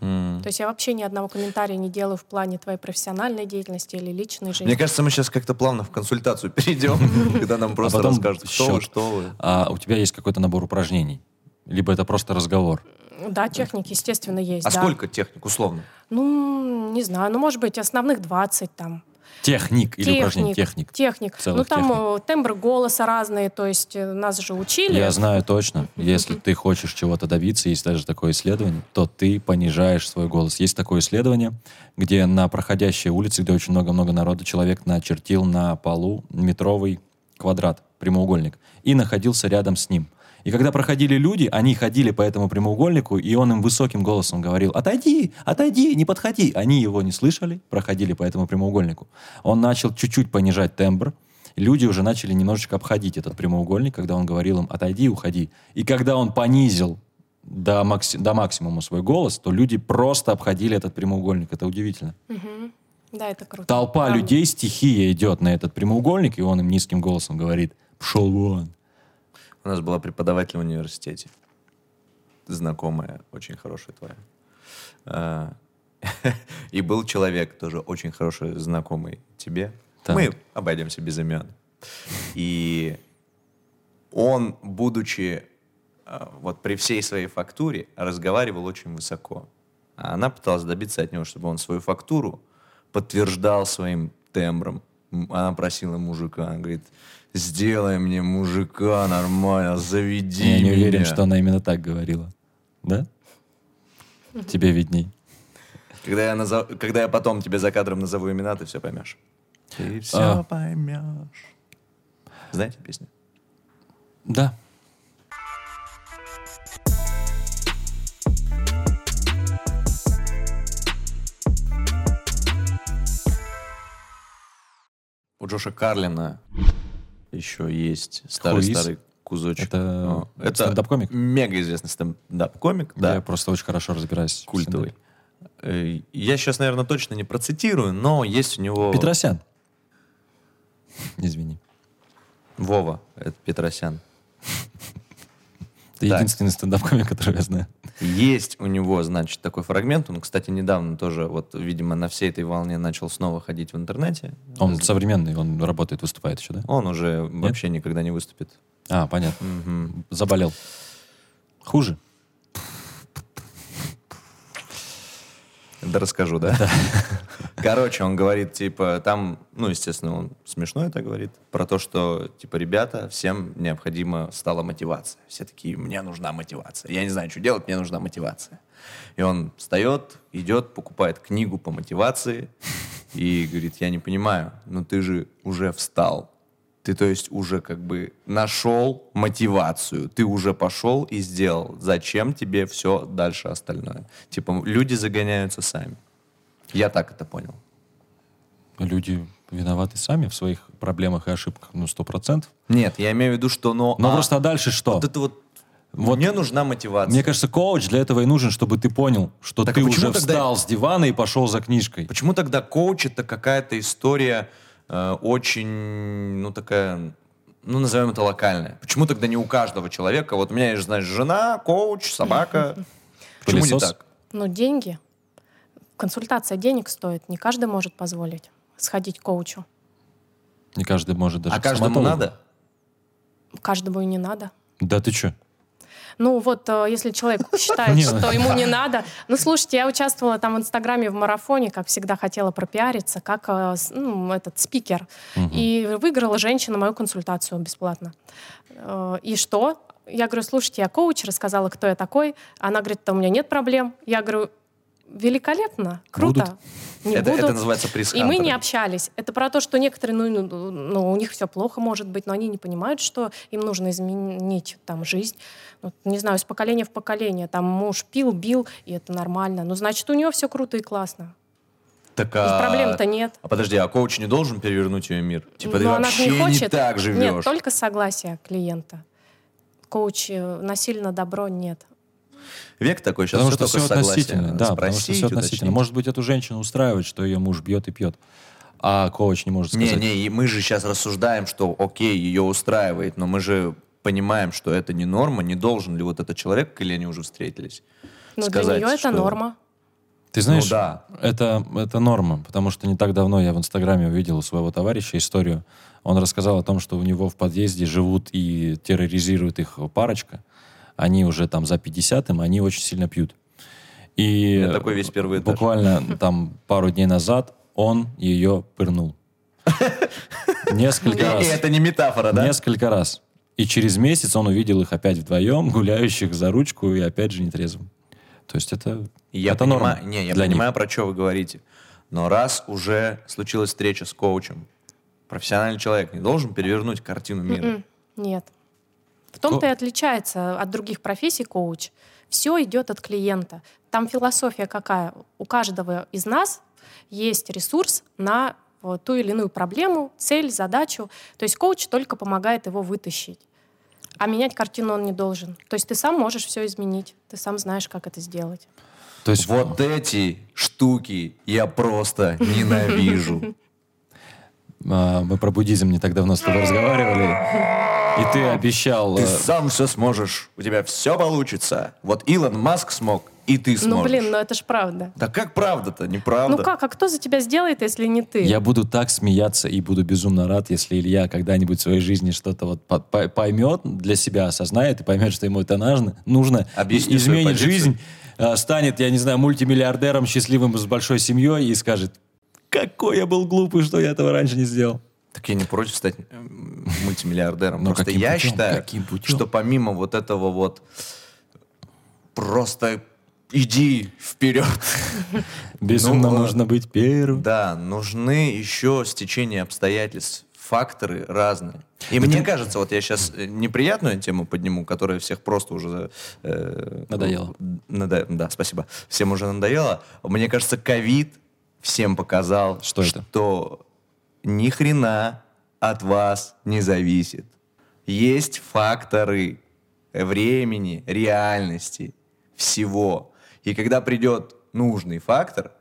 Speaker 1: М.
Speaker 3: То есть я вообще ни одного комментария не делаю в плане твоей профессиональной деятельности или личной жизни.
Speaker 1: Мне кажется, мы сейчас как-то плавно в консультацию перейдем, когда нам просто
Speaker 2: потом
Speaker 1: расскажут, кто вы,
Speaker 2: счет.
Speaker 1: что вы.
Speaker 2: А у тебя есть какой-то набор упражнений? Либо это просто разговор?
Speaker 3: Да, техники, естественно, есть.
Speaker 1: А
Speaker 3: да.
Speaker 1: сколько техник, условно?
Speaker 3: Ну, не знаю, ну, может быть, основных 20 там.
Speaker 2: Техник или упражнение? Техник.
Speaker 3: Техник.
Speaker 2: Целых
Speaker 3: ну, там э, тембры голоса разные, то есть э, нас же учили.
Speaker 2: Я знаю точно, если ты хочешь чего-то добиться, есть даже такое исследование, то ты понижаешь свой голос. Есть такое исследование, где на проходящей улице, где очень много-много народа, человек начертил на полу метровый квадрат, прямоугольник, и находился рядом с ним. И когда проходили люди, они ходили по этому прямоугольнику, и он им высоким голосом говорил «Отойди! Отойди! Не подходи!» Они его не слышали, проходили по этому прямоугольнику. Он начал чуть-чуть понижать тембр, люди уже начали немножечко обходить этот прямоугольник, когда он говорил им «отойди, уходи». И когда он понизил до, макси- до максимума свой голос, то люди просто обходили этот прямоугольник. Это удивительно.
Speaker 3: Мгм. Да, это круто.
Speaker 2: Толпа
Speaker 3: Правда.
Speaker 2: людей, стихия идет на этот прямоугольник, и он им низким голосом говорит «пшел вон».
Speaker 1: У нас была преподаватель в университете. Знакомая, очень хорошая твоя. А, И был человек, тоже очень хороший знакомый тебе.
Speaker 2: Так.
Speaker 1: Мы обойдемся без имен. И он, будучи а, вот при всей своей фактуре, разговаривал очень высоко. А она пыталась добиться от него, чтобы он свою фактуру подтверждал своим тембром. М, Она просила мужика, она говорит, сделай мне мужика нормально, заведи
Speaker 2: Я не
Speaker 1: меня».
Speaker 2: уверен, что она именно так говорила. Да? Тебе видней.
Speaker 1: Когда я, назов- Когда я потом тебе за кадром назову имена, ты все поймешь. Ты все
Speaker 2: А.
Speaker 1: поймешь. Знаете песню?
Speaker 2: Да.
Speaker 1: У Джоша Карлина еще есть старый-старый кузочек.
Speaker 2: Это
Speaker 1: О, это
Speaker 2: стендап-комик?
Speaker 1: Мега известный стендап-комик, да,
Speaker 2: Я просто очень хорошо разбираюсь. в
Speaker 1: культовый.
Speaker 2: стендапе.
Speaker 1: Э, Я сейчас, наверное, точно не процитирую, но есть у него...
Speaker 2: Петросян. Извини.
Speaker 1: Вова, это Петросян.
Speaker 2: Ты
Speaker 1: Так.
Speaker 2: единственный стендап-комик, которого я знаю.
Speaker 1: Есть у него, значит, такой фрагмент. Он, кстати, недавно тоже, вот, видимо, на всей этой волне начал снова ходить в интернете.
Speaker 2: Он современный, он работает, выступает еще, да?
Speaker 1: Он уже вообще никогда не выступит.
Speaker 2: А, понятно. Заболел. Хуже.
Speaker 1: Да расскажу, да? Короче, он говорит, типа, там, ну, естественно, он смешно это говорит, про то, что, типа, ребята, всем необходима стала мотивация. Все такие, мне нужна мотивация. Я не знаю, что делать, мне нужна мотивация. И он встает, идет, покупает книгу ну, по мотивации и говорит, я не понимаю, но ты же уже встал. Ты, то есть, уже как бы нашел мотивацию. Ты уже пошел и сделал. Зачем тебе все дальше остальное? Типа, люди загоняются сами. Я так это понял.
Speaker 2: Люди виноваты сами в своих проблемах и ошибках, ну, сто процентов.
Speaker 1: Нет, я имею в виду, что... Но,
Speaker 2: Но
Speaker 1: а,
Speaker 2: просто а дальше что?
Speaker 1: Вот это вот...
Speaker 2: Вот-
Speaker 1: Мне нужна мотивация.
Speaker 2: Мне кажется, коуч для этого и нужен, чтобы ты понял, что
Speaker 1: Так а
Speaker 2: ты
Speaker 1: почему
Speaker 2: уже
Speaker 1: тогда-
Speaker 2: встал с дивана и пошел за книжкой.
Speaker 1: Почему тогда коуч это какая-то история э, очень, ну такая, ну назовем это локальная? Почему тогда не у каждого человека? Вот у меня есть, знаешь, жена, коуч, собака. Почему не
Speaker 2: Пылесос.
Speaker 1: так?
Speaker 3: Ну, деньги. Консультация денег стоит. Не каждый может позволить сходить к коучу.
Speaker 2: Не каждый может даже
Speaker 1: а
Speaker 2: к
Speaker 1: каждому
Speaker 2: стоматологу.
Speaker 1: надо?
Speaker 3: Каждому и не надо.
Speaker 2: Да ты че?
Speaker 3: Ну вот, э, если человек считает,
Speaker 2: Не,
Speaker 3: что ему не надо. Ну, слушайте, я участвовала там в Инстаграме в марафоне, как всегда хотела пропиариться, как э, с- ну, этот спикер. И выиграла женщина мою консультацию бесплатно. Э, И что? Я говорю, слушайте, я коуч, рассказала, кто я такой. Она говорит, да у меня нет проблем. Я говорю, великолепно, круто. Не
Speaker 1: это, это
Speaker 3: будут.
Speaker 1: называется приз
Speaker 3: И мы не общались. Это про то, что некоторые, ну, ну, ну, у них все плохо, может быть, но они не понимают, что им нужно изменить там жизнь. Вот, не знаю, с поколения в поколение. Там муж пил, бил, и это нормально. Ну, значит, у него все круто и классно.
Speaker 1: Так,
Speaker 3: И
Speaker 1: а...
Speaker 3: Проблем-то нет.
Speaker 1: А подожди, а коуч не должен перевернуть ее мир? Типа ты
Speaker 3: Но она же
Speaker 1: вообще
Speaker 3: не хочет.
Speaker 1: так живешь.
Speaker 3: Нет, только согласие клиента. Коуч э, насильно добро нет.
Speaker 1: Век такой сейчас
Speaker 2: потому
Speaker 1: все
Speaker 2: что
Speaker 1: только
Speaker 2: все
Speaker 1: согласие
Speaker 2: относительно.
Speaker 1: надо
Speaker 2: Да, потому что
Speaker 1: спросить,
Speaker 2: все относительно.
Speaker 1: уточнить.
Speaker 2: Может быть, эту женщину устраивает, что ее муж бьет и пьет, а коуч не может
Speaker 1: Не,
Speaker 2: сказать.
Speaker 1: не, и мы же сейчас рассуждаем, что окей, ее устраивает, но мы же понимаем, что это не норма, не должен ли вот этот человек, или они уже встретились.
Speaker 3: Но
Speaker 1: сказать,
Speaker 3: для нее это
Speaker 1: что-
Speaker 3: норма.
Speaker 2: Ты знаешь,
Speaker 1: Ну да.
Speaker 2: это, это норма, потому что не так давно я в Инстаграме увидел у своего товарища историю. Он рассказал о том, что у него в подъезде живут и терроризирует их парочка. Они уже там за 50 им, они очень сильно пьют. И
Speaker 1: Я такой весь первый этаж.
Speaker 2: буквально там пару дней назад он ее пырнул.
Speaker 1: И,
Speaker 2: Несколько
Speaker 1: и
Speaker 2: раз.
Speaker 1: это не метафора, да?
Speaker 2: Несколько раз. И через месяц он увидел их опять вдвоем, гуляющих за ручку и опять же нетрезвым. То есть это,
Speaker 1: Я
Speaker 2: это
Speaker 1: понимаю,
Speaker 2: норма
Speaker 1: не, я
Speaker 2: для них.
Speaker 1: понимаю, про что вы говорите. Но раз уже случилась встреча с коучем, профессиональный человек не должен перевернуть картину мира.
Speaker 3: М, М-м, Нет. В том-то и отличается от других профессий коуч. Все идет от клиента. Там философия какая? У каждого из нас есть ресурс на вот ту или иную проблему, цель, задачу. То есть коуч только помогает его вытащить. А менять картину он не должен. То есть ты сам можешь все изменить. Ты сам знаешь, как это сделать.
Speaker 2: То есть
Speaker 1: Вот эти штуки я просто ненавижу.
Speaker 2: А, Мы про буддизм не так давно с тобой разговаривали. И ты обещал...
Speaker 1: Ты
Speaker 2: э,
Speaker 1: сам все сможешь, у тебя все получится. Вот Илон Маск смог, и ты сможешь.
Speaker 3: Ну, блин, ну это ж правда.
Speaker 1: Да как правда-то? Неправда.
Speaker 3: Ну как, а кто за тебя сделает, если не ты?
Speaker 2: Я буду так смеяться и буду безумно рад, если Илья когда-нибудь в своей жизни что-то вот по- по- поймет для себя, осознает и поймет, что ему это нужно, нужно
Speaker 1: Объясни
Speaker 2: и- изменит
Speaker 1: свою позицию.
Speaker 2: жизнь, э, станет, я не знаю, мультимиллиардером, счастливым с большой семьей и скажет, какой я был глупый, что я этого раньше не сделал.
Speaker 1: Так я не против стать м, мультимиллиардером.
Speaker 2: Но
Speaker 1: Просто
Speaker 2: каким
Speaker 1: я
Speaker 2: путем?
Speaker 1: считаю,
Speaker 2: Каким путем?
Speaker 1: что помимо вот этого вот просто иди вперед.
Speaker 2: Безумно
Speaker 1: Ну, э,
Speaker 2: нужно быть первым.
Speaker 1: Да, нужны еще стечение обстоятельств, факторы разные. И мне кажется, вот я сейчас неприятную тему подниму, которая всех просто уже... э,
Speaker 2: Надоело.
Speaker 1: надо- да, спасибо. Всем уже надоело. Мне кажется, ковид всем показал,
Speaker 2: Что это?
Speaker 1: что ни хрена от вас не зависит. Есть факторы времени, реальности, всего. И когда придет нужный фактор,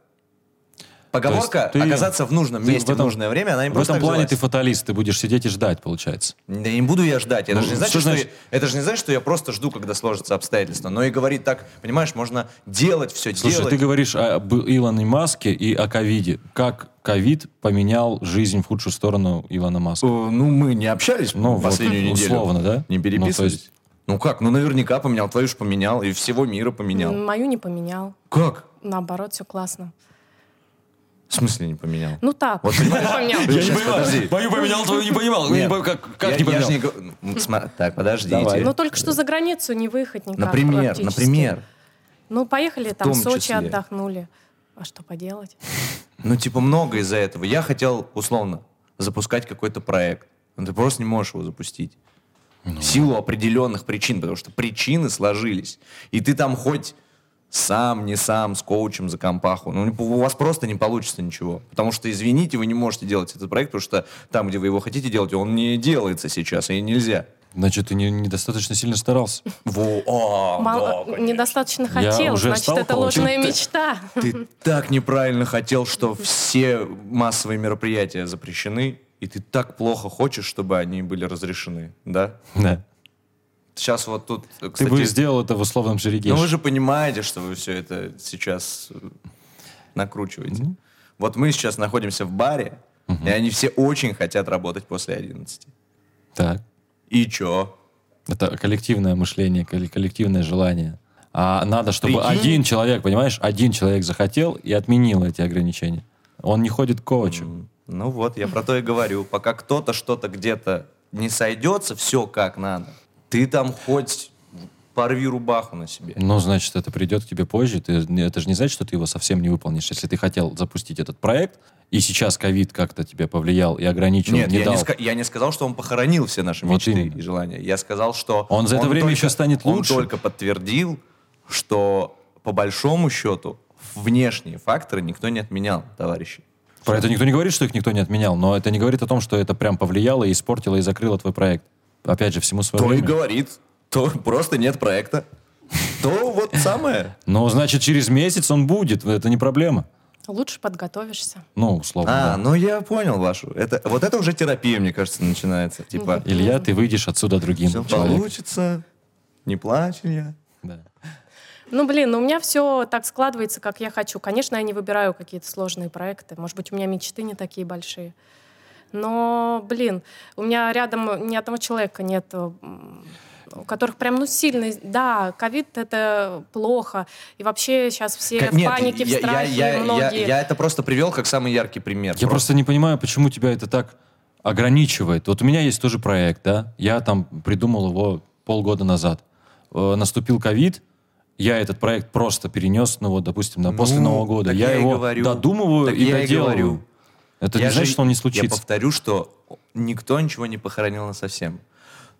Speaker 1: поговорка
Speaker 2: ты-
Speaker 1: оказаться в нужном
Speaker 2: ты
Speaker 1: месте в,
Speaker 2: в этом-
Speaker 1: нужное время, она им
Speaker 2: В
Speaker 1: просто
Speaker 2: этом
Speaker 1: так
Speaker 2: плане ты
Speaker 1: взялась.
Speaker 2: фаталист, ты будешь сидеть и ждать, получается.
Speaker 1: Да не буду я ждать. Это,
Speaker 2: Ну,
Speaker 1: же не значит,
Speaker 2: что
Speaker 1: что я-
Speaker 2: значит?
Speaker 1: это же не значит, что я просто жду, когда сложатся обстоятельства. Но и говорить так, понимаешь, можно делать все,
Speaker 2: Слушай,
Speaker 1: делать.
Speaker 2: ты говоришь о Б- Илоне Маске и о ковиде. Как ковид поменял жизнь в худшую сторону Илона Маска?
Speaker 1: Э, Ну, мы не общались
Speaker 2: Ну,
Speaker 1: ну, последнюю
Speaker 2: вот,
Speaker 1: неделю.
Speaker 2: условно, да?
Speaker 1: Не
Speaker 2: Ну, то
Speaker 1: переписывались. Ну,
Speaker 2: есть-
Speaker 1: как? Ну, наверняка поменял. Твою же поменял. И всего мира поменял.
Speaker 3: М, Мою не поменял.
Speaker 1: Как?
Speaker 3: Наоборот, все классно.
Speaker 1: В смысле не поменял?
Speaker 3: Ну так, понял.
Speaker 1: Я не понимаю. Подожди.
Speaker 2: Твою поменял, твою не понимал. Ну,
Speaker 1: Нет.
Speaker 2: Не понимаю, Как, как
Speaker 1: Я-
Speaker 2: не
Speaker 1: я
Speaker 2: поменял?
Speaker 1: же не го- М, сма- Так, подождите.
Speaker 2: Давай.
Speaker 3: Ну только что за границу не выехать никак.
Speaker 1: Э, например,
Speaker 3: практически.
Speaker 1: например.
Speaker 3: Ну поехали там в
Speaker 1: том
Speaker 3: Сочи
Speaker 1: числе.
Speaker 3: отдохнули. А что поделать?
Speaker 1: Ну, типа, много из-за этого. Я хотел, условно, запускать какой-то проект. но ты просто не можешь его запустить. В Силу определенных причин, потому что причины сложились. И ты там хоть сам, не сам, с коучем за компаху. Ну, у вас просто не получится ничего. Потому что, извините, вы не можете делать этот проект, потому что там, где вы его хотите делать, он не делается сейчас, и нельзя.
Speaker 2: Значит, ты не- недостаточно сильно старался.
Speaker 1: Во, а, да,
Speaker 3: Мало-
Speaker 1: конечно.
Speaker 3: недостаточно
Speaker 2: Я
Speaker 3: хотел,
Speaker 2: уже
Speaker 3: значит,
Speaker 2: стал э,
Speaker 3: это ложная
Speaker 2: получать-
Speaker 3: мечта.
Speaker 1: Ты так неправильно хотел, что все массовые мероприятия запрещены, и ты так плохо хочешь, чтобы они были разрешены, да?
Speaker 2: Да.
Speaker 1: Сейчас вот тут, э,
Speaker 2: Ты
Speaker 1: кстати...
Speaker 2: бы сделал это в условном
Speaker 1: ну вы
Speaker 2: Шерегеше.
Speaker 1: же понимаете, что вы все это сейчас э, накручиваете. Вот мы сейчас находимся в баре, и они все очень хотят работать после 11.
Speaker 2: Так.
Speaker 1: И чё?
Speaker 2: Это коллективное мышление, колле- коллективное желание. А надо, чтобы
Speaker 1: Прикинь.
Speaker 2: один человек, понимаешь, один человек захотел и отменил эти ограничения. Он не ходит к коучу.
Speaker 1: Ну вот, я про то и говорю. Пока кто-то что-то где-то не сойдется, все как надо. Ты там хоть порви рубаху на себе.
Speaker 2: Ну, значит, это придет к тебе позже. Ты, это же не значит, что ты его совсем не выполнишь. Если ты хотел запустить этот проект, и сейчас ковид как-то тебе повлиял и ограничил,
Speaker 1: Нет,
Speaker 2: не
Speaker 1: я,
Speaker 2: дал.
Speaker 1: не ска- я не сказал, что он похоронил все наши
Speaker 2: Вот
Speaker 1: мечты
Speaker 2: именно.
Speaker 1: и желания. Я сказал, что
Speaker 2: Он за это время еще станет лучше.
Speaker 1: Он только подтвердил, что по большому счету внешние факторы никто не отменял, товарищи.
Speaker 2: Про это никто не говорит, что их никто не отменял, но это не говорит о том, что это прям повлияло и испортило и закрыло твой проект. Опять же, всему свое
Speaker 1: То и
Speaker 2: время.
Speaker 1: говорит, то просто нет проекта. То вот самое.
Speaker 2: Но, значит, через месяц он будет, это не проблема.
Speaker 3: Лучше подготовишься.
Speaker 2: Ну, условно.
Speaker 1: А,
Speaker 2: да.
Speaker 1: ну я понял вашу. Это, вот это уже терапия, мне кажется, начинается. Типа,
Speaker 2: Илья, ты выйдешь отсюда другим
Speaker 1: все
Speaker 2: человеком.
Speaker 1: получится, не плачь, Илья.
Speaker 2: Да.
Speaker 3: Ну, блин, ну, у меня все так складывается, как я хочу. Конечно, я не выбираю какие-то сложные проекты. Может быть, у меня мечты не такие большие. Но, блин, у меня рядом ни одного человека нет, э, м, у которых прям, ну, сильно... Да, ковид — это плохо. И вообще сейчас все
Speaker 1: Ка-
Speaker 3: в панике, в
Speaker 1: я- я-
Speaker 3: страхе,
Speaker 1: я, я-
Speaker 3: многие...
Speaker 1: я это просто привел как самый яркий пример.
Speaker 2: Я просто не понимаю, почему тебя это так ограничивает. Вот у меня есть тоже проект, да, я там придумал его полгода назад. Э, наступил ковид, я этот проект просто перенес, ну вот, допустим, на после
Speaker 1: Ну,
Speaker 2: Нового года.
Speaker 1: так
Speaker 2: Я,
Speaker 1: я и
Speaker 2: его
Speaker 1: говорю.
Speaker 2: додумываю
Speaker 1: Так
Speaker 2: и
Speaker 1: я и
Speaker 2: доделываю.
Speaker 1: говорю.
Speaker 2: Это
Speaker 1: Я
Speaker 2: не значит,
Speaker 1: же-
Speaker 2: что он не
Speaker 1: Я
Speaker 2: случится.
Speaker 1: повторю, что никто ничего не похоронил на совсем.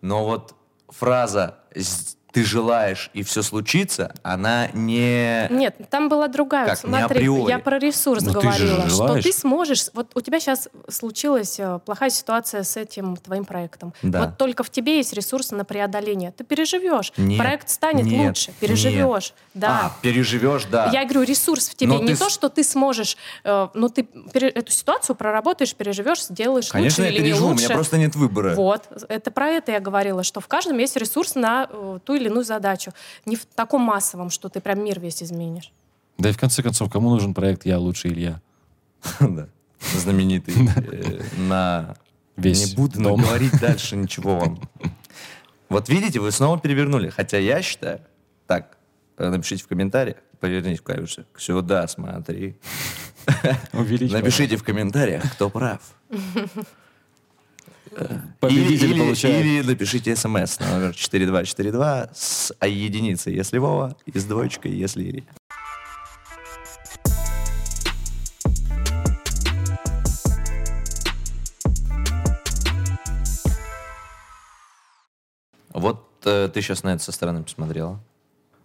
Speaker 1: Но вот фраза «С- «ты желаешь и все случится», она не...
Speaker 3: Нет, там была другая.
Speaker 1: Как,
Speaker 3: Вот
Speaker 1: не
Speaker 3: Смотри,
Speaker 1: априори.
Speaker 3: я про ресурс
Speaker 2: Ну, ты же
Speaker 3: говорила, что
Speaker 2: желаешь.
Speaker 3: ты сможешь. Вот у тебя сейчас случилась э, плохая ситуация с этим твоим проектом.
Speaker 1: Да.
Speaker 3: Вот только в тебе есть ресурсы на преодоление. Ты переживешь.
Speaker 1: Нет,
Speaker 3: Проект станет
Speaker 1: нет,
Speaker 3: лучше. Переживешь. Да.
Speaker 1: А, переживешь, да.
Speaker 3: Я говорю, ресурс в тебе
Speaker 1: Но
Speaker 3: не
Speaker 1: ты
Speaker 3: то,
Speaker 1: с-
Speaker 3: что ты сможешь, э, но ты пере- эту ситуацию проработаешь, переживешь, сделаешь
Speaker 1: Конечно,
Speaker 3: лучше
Speaker 1: я
Speaker 3: или не
Speaker 1: переживу, у
Speaker 3: лучше.
Speaker 1: меня просто нет выбора.
Speaker 3: Вот, это про это я говорила, что в каждом есть ресурс на э, ту или иную задачу. Не в таком массовом, что ты прям мир весь изменишь.
Speaker 2: Да и в конце концов, кому нужен проект «Я лучше Илья»?
Speaker 1: Да. Знаменитый. э, На...
Speaker 2: Весь
Speaker 1: Не буду
Speaker 2: дом.
Speaker 1: говорить дальше ничего вам. Вот видите, вы снова перевернули. Хотя я считаю, так, э, напишите в комментариях, повернись, конечно, сюда смотри.
Speaker 2: Увеличивай.
Speaker 1: Напишите в комментариях, кто прав.
Speaker 2: Победитель
Speaker 1: или, или-
Speaker 2: получает.
Speaker 1: или напишите смс на номер 4242 с а единицей, если Вова, и с двоечкой, если Ири. Вот э, ты сейчас на это со стороны посмотрела.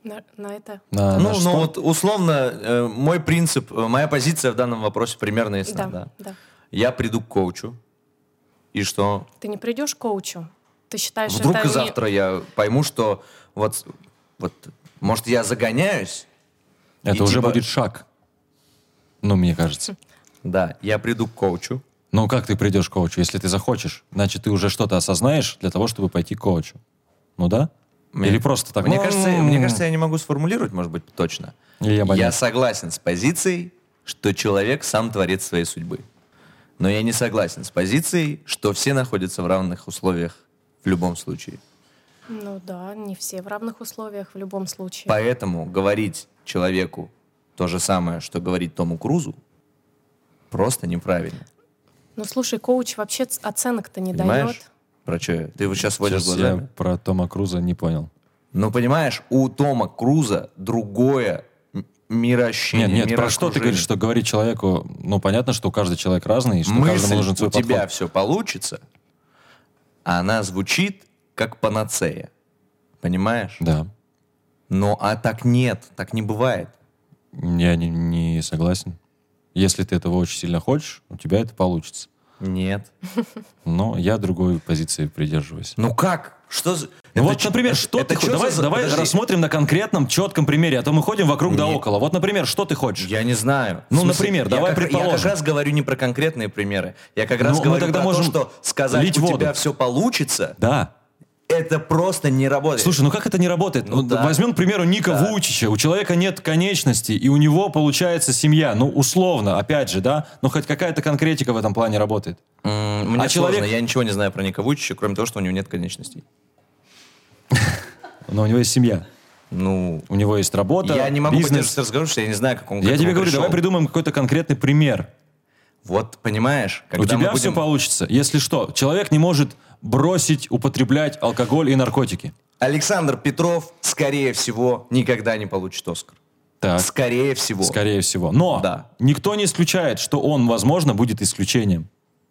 Speaker 3: На- на это
Speaker 2: На- на
Speaker 1: ну,
Speaker 2: что?
Speaker 1: ну вот условно э, мой принцип, э, моя позиция в данном вопросе примерно ясна.
Speaker 3: Да,
Speaker 1: да.
Speaker 3: да.
Speaker 1: Я приду к коучу, и что?
Speaker 3: Ты не придешь к коучу? Ты считаешь,
Speaker 1: Вдруг
Speaker 3: это не-
Speaker 1: завтра я пойму, что вот, вот, может, я загоняюсь?
Speaker 2: Это
Speaker 1: и
Speaker 2: уже
Speaker 1: типа-
Speaker 2: будет шаг. Ну, мне кажется.
Speaker 1: Да, я приду к коучу.
Speaker 2: Ну, как ты придешь к коучу, если ты захочешь? Значит, ты уже что-то осознаешь для того, чтобы пойти к коучу. Ну да? Или просто так?
Speaker 1: Мне,
Speaker 2: «М-м-м».
Speaker 1: кажется, мне кажется, я не могу сформулировать, может быть, точно.
Speaker 2: Или я болею.
Speaker 1: согласен с позицией, что человек сам творец своей судьбы. Но я не согласен с позицией, что все находятся в равных условиях в любом случае.
Speaker 3: Ну да, не все в равных условиях в любом случае.
Speaker 1: Поэтому говорить человеку то же самое, что говорить Тому Крузу, просто неправильно.
Speaker 3: Ну слушай, коуч вообще ц- оценок-то не
Speaker 1: Понимаешь?
Speaker 3: дает.
Speaker 1: Про что? я? Ты его сейчас водишь
Speaker 2: Сейчас
Speaker 1: глазами.
Speaker 2: Я про Тома Круза не понял.
Speaker 1: Ну, понимаешь, у Тома Круза другое м- мироощущение.
Speaker 2: нет, нет, про что ты
Speaker 1: мироокружение.
Speaker 2: говоришь, что говорить человеку... Ну, понятно, что каждый человек разный, и что
Speaker 1: Мысль,
Speaker 2: каждому нужен свой
Speaker 1: у тебя
Speaker 2: подход.
Speaker 1: все получится, она звучит как панацея. Понимаешь?
Speaker 2: Да.
Speaker 1: Но а так нет, так не бывает.
Speaker 2: Я не, не согласен. Если ты этого очень сильно хочешь, у тебя это получится.
Speaker 1: Нет.
Speaker 2: Но я другой позиции придерживаюсь.
Speaker 1: Ну как? Что за... Это
Speaker 2: Ну вот,
Speaker 1: чё-
Speaker 2: например,
Speaker 1: это-
Speaker 2: что
Speaker 1: это
Speaker 2: ты хочешь?
Speaker 1: чё
Speaker 2: Давай,
Speaker 1: за-
Speaker 2: давай
Speaker 1: подожди.
Speaker 2: рассмотрим на конкретном, четком примере, а то мы ходим вокруг да
Speaker 1: Не.
Speaker 2: около. Вот, например, что ты хочешь?
Speaker 1: Я не знаю.
Speaker 2: Ну,
Speaker 1: В смысле,
Speaker 2: например,
Speaker 1: я
Speaker 2: давай
Speaker 1: как- Я как
Speaker 2: предположим.
Speaker 1: раз говорю не про конкретные примеры. Я как раз
Speaker 2: Ну, мы
Speaker 1: говорю
Speaker 2: тогда
Speaker 1: про
Speaker 2: можем
Speaker 1: то, что сказать,
Speaker 2: лить
Speaker 1: у
Speaker 2: воду.
Speaker 1: тебя все получится,
Speaker 2: Да.
Speaker 1: это просто не работает.
Speaker 2: Слушай, ну как это не работает?
Speaker 1: Ну
Speaker 2: Ну,
Speaker 1: да.
Speaker 2: Возьмем, к примеру, Ника
Speaker 1: Да.
Speaker 2: Вучича. У человека нет конечностей, и у него получается семья. Ну, условно, опять же, да? Но хоть какая-то конкретика в этом плане работает.
Speaker 1: М, мне сложно,
Speaker 2: а человек-
Speaker 1: я ничего не знаю про Ника Вучича, кроме того, что у него нет конечностей.
Speaker 2: Но у него есть семья.
Speaker 1: Ну,
Speaker 2: У него есть работа,
Speaker 1: я не могу
Speaker 2: бизнес.
Speaker 1: поддерживать разговор, что я не знаю, как он к
Speaker 2: Я
Speaker 1: этому
Speaker 2: тебе говорю,
Speaker 1: пришел.
Speaker 2: давай придумаем какой-то конкретный пример.
Speaker 1: Вот, понимаешь, когда
Speaker 2: у тебя
Speaker 1: мы
Speaker 2: все
Speaker 1: будем...
Speaker 2: получится. Если что, человек не может бросить употреблять алкоголь и наркотики.
Speaker 1: Александр Петров, скорее всего, никогда не получит Оскар.
Speaker 2: Так,
Speaker 1: Скорее всего.
Speaker 2: скорее всего. Но
Speaker 1: Да.
Speaker 2: никто не исключает, что он, возможно, будет исключением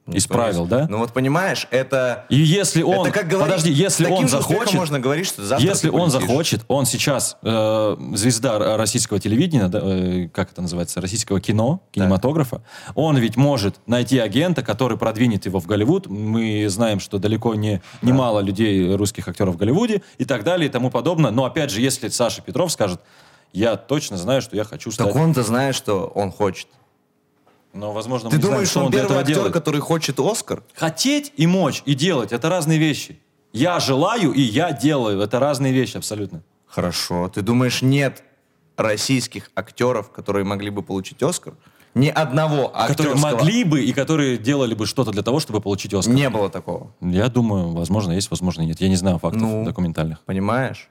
Speaker 2: из правил, да?
Speaker 1: Ну вот понимаешь, это...
Speaker 2: И если он,
Speaker 1: это как говорить,
Speaker 2: подожди, если
Speaker 1: таким
Speaker 2: он
Speaker 1: же успехом
Speaker 2: захочет,
Speaker 1: можно говорить, что завтра
Speaker 2: если
Speaker 1: ты
Speaker 2: он
Speaker 1: полетишь.
Speaker 2: захочет, он сейчас э, звезда р- российского телевидения, да, э, как это называется, российского кино, кинематографа, он ведь может найти агента, который продвинет его в Голливуд. Мы знаем, что далеко не немало людей э, русских актеров в Голливуде и так далее и тому подобное. Но опять же, если Саша Петров скажет, я точно знаю, что я хочу стать,
Speaker 1: Так он-то знает, что он хочет.
Speaker 2: но возможно,
Speaker 1: Ты
Speaker 2: Ну, мы не знаем,
Speaker 1: думаешь,
Speaker 2: что
Speaker 1: он
Speaker 2: он для
Speaker 1: первый
Speaker 2: этого
Speaker 1: актер,
Speaker 2: делает.
Speaker 1: который хочет Оскар?
Speaker 2: Хотеть и мочь, и делать — это разные вещи. Я желаю, и я делаю. Это разные вещи абсолютно.
Speaker 1: Хорошо. Ты думаешь, нет российских актеров, которые могли бы получить Оскар? Ни одного актерского.
Speaker 2: Которые могли бы и которые делали бы что-то для того, чтобы получить Оскар.
Speaker 1: Не было такого.
Speaker 2: Я думаю, возможно, есть, возможно, нет. Я не знаю фактов
Speaker 1: Ну.
Speaker 2: документальных.
Speaker 1: Понимаешь?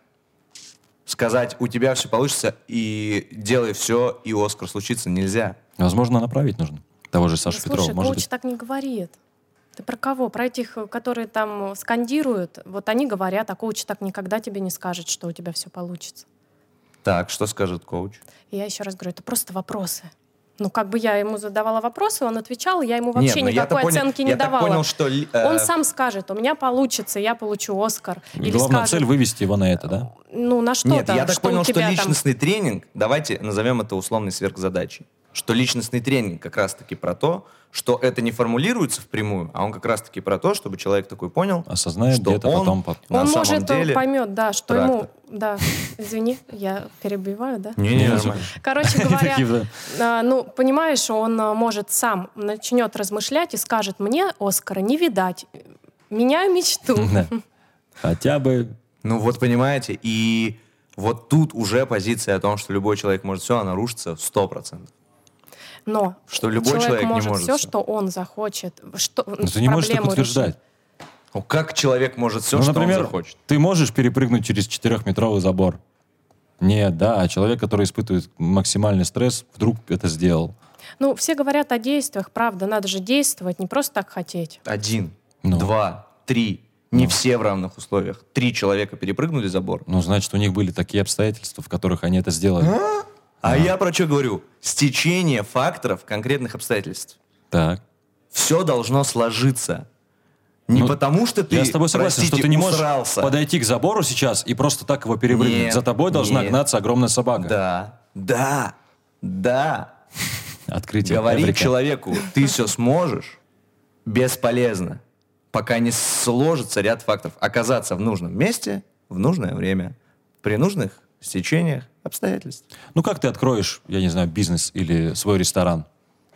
Speaker 1: Сказать, у тебя все получится, и делай все, и Оскар случится нельзя.
Speaker 2: Возможно, направить нужно. Того же Сашу
Speaker 3: Да
Speaker 2: Петрова.
Speaker 3: Ну Слушай,
Speaker 2: Может
Speaker 3: коуч
Speaker 2: быть,
Speaker 3: так не говорит. Ты про кого? Про этих, э, которые там э, скандируют. Вот они говорят, а коуч так никогда тебе не скажет, что у тебя все получится.
Speaker 1: Так, что скажет коуч?
Speaker 3: И я еще раз говорю, это просто вопросы. Ну, как бы я ему задавала вопросы, он отвечал, я ему вообще
Speaker 1: Нет, ну я-то
Speaker 3: никакой
Speaker 1: понял-
Speaker 3: оценки не
Speaker 1: я так
Speaker 3: давала.
Speaker 1: понял, что ли- э,
Speaker 3: Он сам скажет, у меня получится, я получу Оскар. Или
Speaker 2: главная
Speaker 3: скажет,
Speaker 2: цель вывести его на это, да?
Speaker 3: ну, на что-то,
Speaker 1: Нет, я так
Speaker 3: что
Speaker 1: понял,
Speaker 3: у
Speaker 1: что
Speaker 3: тебя там...
Speaker 1: личностный тренинг, давайте назовем это условной сверхзадачей, что личностный тренинг как раз-таки про то, что это не формулируется впрямую, а он как раз-таки про то, чтобы человек такой понял,
Speaker 2: Осознает
Speaker 1: что
Speaker 2: где-то,
Speaker 1: он
Speaker 2: потом под-
Speaker 1: на
Speaker 3: он
Speaker 1: самом
Speaker 3: может
Speaker 1: деле...
Speaker 3: поймет, да, что ему,
Speaker 1: трактор.
Speaker 3: да, извини, я перебиваю, да.
Speaker 1: Не, не,
Speaker 2: Не,
Speaker 1: нормально.
Speaker 3: Короче говоря,
Speaker 2: Такие, да.
Speaker 3: а, ну понимаешь, он а, может сам начнет размышлять и скажет мне Оскара не видать, меняю мечту.
Speaker 1: Хм.
Speaker 2: Да. Хотя бы...
Speaker 1: Ну вот понимаете, и вот тут уже позиция о том, что любой человек может все, она рушится в 100%.
Speaker 3: Но
Speaker 1: Что любой человек не
Speaker 3: может
Speaker 1: может
Speaker 3: все,
Speaker 1: всё.
Speaker 3: что он захочет, что
Speaker 2: Ну, ты не можешь так
Speaker 3: проблему
Speaker 2: утверждать.
Speaker 3: решить.
Speaker 1: Ну как человек может все,
Speaker 2: ну,
Speaker 1: что
Speaker 2: например,
Speaker 1: он захочет?
Speaker 2: ты можешь перепрыгнуть через четырехметровый забор? Нет, да, а человек, который испытывает максимальный стресс, вдруг это сделал.
Speaker 3: Ну все говорят о действиях, правда, надо же действовать, не просто так хотеть.
Speaker 1: Один,
Speaker 2: Ну.
Speaker 1: два, три. Не все в равных условиях. Три человека перепрыгнули забор.
Speaker 2: Ну, значит, у них были такие обстоятельства, в которых они это сделали.
Speaker 1: А я про что говорю? Стечение факторов конкретных обстоятельств.
Speaker 2: Так.
Speaker 1: Все должно сложиться. Не
Speaker 2: Ну,
Speaker 1: потому, что ты,
Speaker 2: Я с тобой согласен,
Speaker 1: простите,
Speaker 2: что ты не можешь
Speaker 1: усрался.
Speaker 2: подойти к забору сейчас и просто так его перепрыгнуть.
Speaker 1: Нет,
Speaker 2: За тобой должна
Speaker 1: нет.
Speaker 2: гнаться огромная собака.
Speaker 1: Да, да, да.
Speaker 2: Открытие.
Speaker 1: Говорить
Speaker 2: Эврика.
Speaker 1: человеку, ты все сможешь, бесполезно, пока не сложится ряд фактов. Оказаться в нужном месте в нужное время, при нужных стечениях обстоятельств.
Speaker 2: Ну как ты откроешь, я не знаю, бизнес или свой ресторан?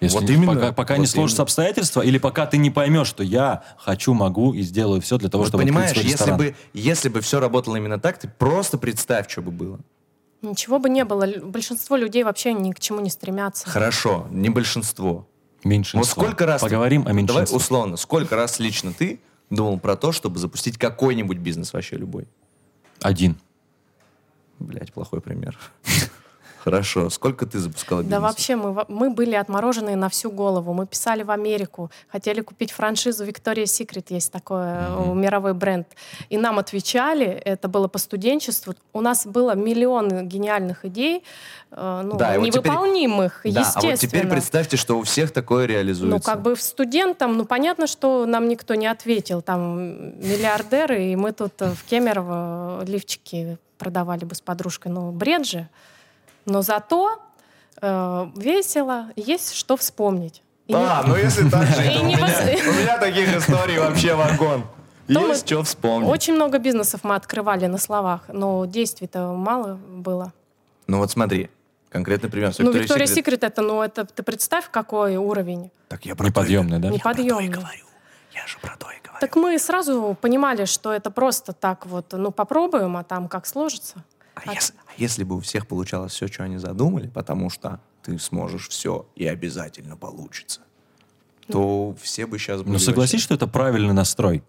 Speaker 2: Если
Speaker 1: Вот именно,
Speaker 2: Пока, пока не
Speaker 1: вот
Speaker 2: сложатся
Speaker 1: именно.
Speaker 2: обстоятельства или пока ты не поймешь, что я хочу, могу и сделаю все для того,
Speaker 1: Вот
Speaker 2: чтобы
Speaker 1: понимаешь,
Speaker 2: открыть свой
Speaker 1: если
Speaker 2: ресторан.
Speaker 1: бы, если бы все работало именно так, ты просто представь, что бы было.
Speaker 3: Ничего бы не было, Лю- большинство людей вообще ни к чему не стремятся.
Speaker 1: Хорошо, не большинство. Вот
Speaker 2: Меньшинство.
Speaker 1: сколько раз... ты-
Speaker 2: Поговорим о меньшинстве.
Speaker 1: Давай условно, сколько раз лично ты думал про то, чтобы запустить какой-нибудь бизнес вообще любой?
Speaker 2: Один. Ну,
Speaker 1: Блять, плохой пример. Хорошо. Сколько ты запускала бизнес?
Speaker 3: Да вообще мы, во- мы были отморожены на всю голову. Мы писали в Америку, хотели купить франшизу Victoria's Secret, есть такой э, мировой бренд. И нам отвечали, это было по студенчеству. У нас было миллион гениальных идей, э, ну,
Speaker 1: Да, и вот теперь-
Speaker 3: невыполнимых,
Speaker 1: Да, а
Speaker 3: естественно.
Speaker 1: вот теперь представьте, что у всех такое реализуется.
Speaker 3: Ну, как бы студентам, ну, понятно, что нам никто не ответил. Там миллиардеры, и мы тут э, в Кемерово лифчики продавали бы с подружкой. Ну, бред же. Но зато э, весело, есть что вспомнить. И
Speaker 1: А,
Speaker 3: не-
Speaker 1: ну если так же,
Speaker 3: И
Speaker 1: это у
Speaker 3: не
Speaker 1: меня,
Speaker 3: вос-
Speaker 1: у меня таких историй вообще вагон.
Speaker 3: То мы-
Speaker 1: Есть что вспомнить.
Speaker 3: Очень много бизнесов мы открывали на словах, но действий-то мало было.
Speaker 1: Ну вот смотри, конкретный пример. с
Speaker 3: ну,
Speaker 1: Victoria's
Speaker 3: Виктория
Speaker 1: Secret.
Speaker 3: Секрет, это, ну, это ты представь, какой уровень.
Speaker 1: Так я про то и-
Speaker 2: Неподъемный, да?
Speaker 3: неподъемный.
Speaker 1: Я же про то и говорю.
Speaker 3: Так мы сразу понимали, что это просто так вот, ну, попробуем, а там как сложится.
Speaker 1: А если, а если бы у всех получалось все, что они задумали, потому что ты сможешь все и обязательно получится, то все бы сейчас были...
Speaker 2: Ну согласись, что это правильный настрой.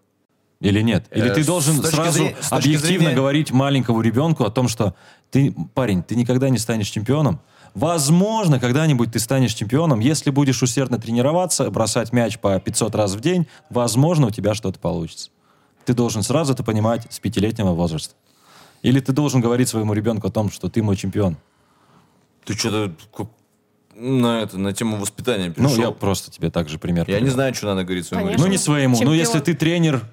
Speaker 2: Или нет? Или
Speaker 1: Э,
Speaker 2: ты
Speaker 1: с
Speaker 2: должен
Speaker 1: точки
Speaker 2: сразу
Speaker 1: зрения- с точки
Speaker 2: объективно
Speaker 1: зрения-
Speaker 2: говорить маленькому ребенку о том, что ты, парень, ты никогда не станешь чемпионом. Возможно, когда-нибудь ты станешь чемпионом, если будешь усердно тренироваться, бросать мяч по 500 раз в день, возможно, у тебя что-то получится. Ты должен сразу это понимать с пятилетнего возраста. Или ты должен говорить своему ребенку о том, что ты мой чемпион.
Speaker 1: Ты что-то на, это, на тему воспитания
Speaker 2: Ну, я просто тебе также пример.
Speaker 1: я
Speaker 2: привел.
Speaker 1: не знаю, что надо говорить своему
Speaker 3: Конечно.
Speaker 2: Ну, не своему. Ну,
Speaker 3: Чемпион.
Speaker 2: если ты тренер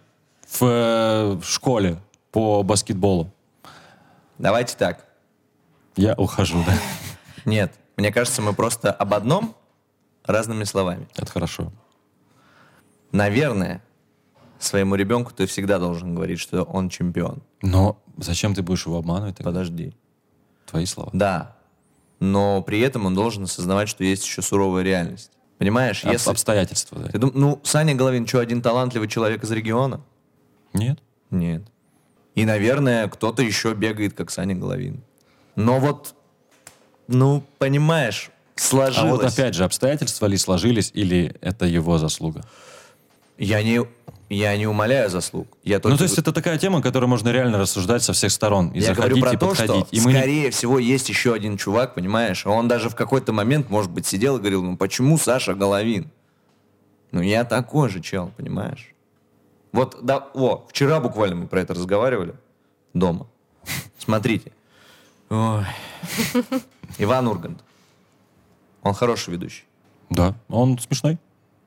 Speaker 2: в, э, в школе по баскетболу,
Speaker 1: Давайте так.
Speaker 2: я ухожу, да.
Speaker 1: Нет, мне кажется, мы просто об одном разными словами.
Speaker 2: Это хорошо.
Speaker 1: Наверное, своему ребенку ты всегда должен говорить, что он чемпион.
Speaker 2: Но зачем ты будешь его обманывать? тогда?
Speaker 1: Подожди.
Speaker 2: Твои слова.
Speaker 1: Да. Но при этом он должен осознавать, что есть еще суровая реальность. Понимаешь,
Speaker 2: Об-
Speaker 1: если...
Speaker 2: Обстоятельства, да.
Speaker 1: Ты дум- Ну, Саня Головин, что, один талантливый человек из региона?
Speaker 2: Нет?
Speaker 1: Нет. И, наверное, кто-то еще бегает, как Саня Головин. Но вот, ну, понимаешь,
Speaker 2: А
Speaker 1: сложилось.
Speaker 2: вот опять же, обстоятельства ли сложились, или это его заслуга?
Speaker 1: Я не, я не умоляю заслуг. Я только...
Speaker 2: Ну, то есть это такая тема, которую можно реально рассуждать со всех сторон. И
Speaker 1: Я
Speaker 2: заходить,
Speaker 1: говорю про
Speaker 2: и
Speaker 1: то,
Speaker 2: подходить.
Speaker 1: что,
Speaker 2: и мы не-
Speaker 1: скорее всего, есть еще один чувак, понимаешь? А Он даже в какой-то момент, может быть, сидел и говорил, ну почему Саша Головин? Ну я такой же чел, понимаешь? Вот, да, о, вчера буквально мы про это разговаривали дома. Смотрите. Ой. Иван Ургант. Он хороший ведущий.
Speaker 2: Да, он смешной.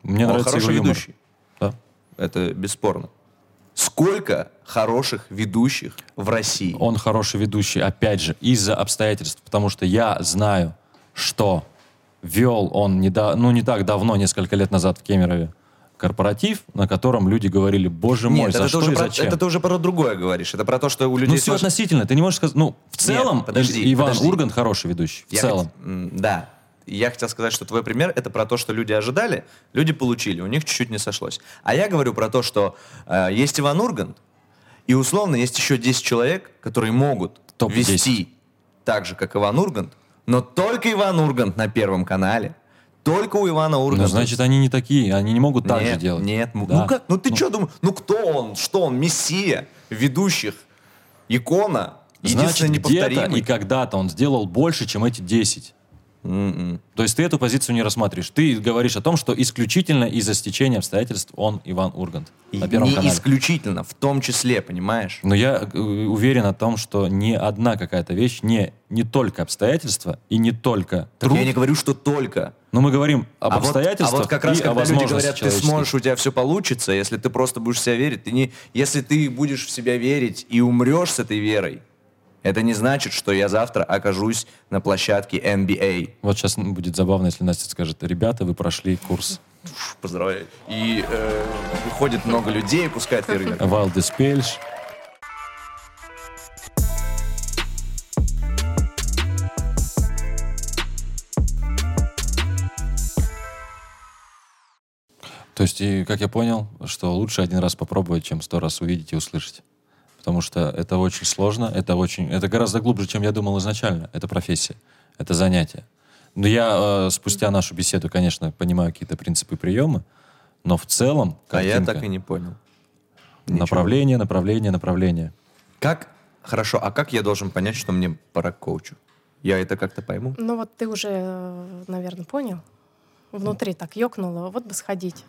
Speaker 2: Мне
Speaker 1: Он
Speaker 2: нравится его
Speaker 1: хороший
Speaker 2: юмор.
Speaker 1: ведущий.
Speaker 2: Да.
Speaker 1: Это бесспорно. Сколько хороших ведущих в России?
Speaker 2: он хороший ведущий, опять же, из-за обстоятельств, потому что я знаю, что вел он не, да- ну, не так давно, несколько лет назад в Кемерове, корпоратив, на котором люди говорили, боже мой,
Speaker 1: Нет,
Speaker 2: за
Speaker 1: это, ты
Speaker 2: что
Speaker 1: уже
Speaker 2: и
Speaker 1: про,
Speaker 2: зачем.
Speaker 1: это ты уже про другое говоришь. Это про то, что у людей...
Speaker 2: Ну, все
Speaker 1: сложно-
Speaker 2: относительно, ты не можешь сказать, ну, в целом,
Speaker 1: подожди,
Speaker 2: Иван
Speaker 1: подожди.
Speaker 2: Ургант хороший ведущий, в
Speaker 1: Я
Speaker 2: целом.
Speaker 1: хот- м, Да. Я хотел сказать, что твой пример это про то, что люди ожидали, люди получили, у них чуть-чуть не сошлось. А я говорю про то, что э, есть Иван Ургант, и условно есть еще 10 человек, которые могут
Speaker 2: Топ-10.
Speaker 1: вести так же, как Иван Ургант, но только Иван Ургант на Первом канале, только у Ивана Урганта.
Speaker 2: Ну, значит, они не такие, они не могут так
Speaker 1: нет,
Speaker 2: же делать.
Speaker 1: Нет, м-
Speaker 2: Да.
Speaker 1: ну как, ну ты что думаешь, ну кто он, что он, мессия ведущих, икона,
Speaker 2: Значит,
Speaker 1: единственный
Speaker 2: где-то
Speaker 1: неповторимый.
Speaker 2: и когда-то он сделал больше, чем эти 10.
Speaker 1: М-м.
Speaker 2: То есть ты эту позицию не рассматриваешь. Ты говоришь о том, что исключительно из-за стечения обстоятельств он Иван Ургант
Speaker 1: И
Speaker 2: на Первом
Speaker 1: не
Speaker 2: канале.
Speaker 1: исключительно, в том числе, понимаешь?
Speaker 2: Но я э, уверен о том, что ни одна какая-то вещь, не, не только обстоятельства и не только
Speaker 1: Так
Speaker 2: труд.
Speaker 1: я не говорю, что только.
Speaker 2: Но мы говорим об
Speaker 1: а вот, а
Speaker 2: обстоятельствах
Speaker 1: вот как раз,
Speaker 2: и о
Speaker 1: когда люди
Speaker 2: возможностях
Speaker 1: говорят, ты
Speaker 2: человеческих.
Speaker 1: сможешь, у тебя все получится, если ты просто будешь в себя верить, ты не, если ты будешь в себя верить и умрешь с этой верой, это не значит, что я завтра окажусь на площадке А. NBA.
Speaker 2: Вот сейчас будет забавно, если Настя скажет, ребята, вы прошли курс
Speaker 1: Пф, Поздравляю. И э, выходит много людей, пускает фейерверк.
Speaker 2: Wildest Pels. То есть, и, как я понял, что лучше один раз попробовать, чем сто раз увидеть и услышать. Потому что это очень сложно, это очень, это гораздо глубже, чем я думал изначально. Это профессия, это занятие. Но я э, спустя нашу беседу, конечно, понимаю какие-то принципы и приемы, но в целом
Speaker 1: А я
Speaker 2: картинка-
Speaker 1: так и не понял.
Speaker 2: Направление, направление, направление.
Speaker 1: Как? Хорошо, а как я должен понять, что мне пора к коучу? Я это как-то пойму.
Speaker 3: Ну вот ты уже, э, наверное, понял. Внутри так ёкнуло, вот бы сходить.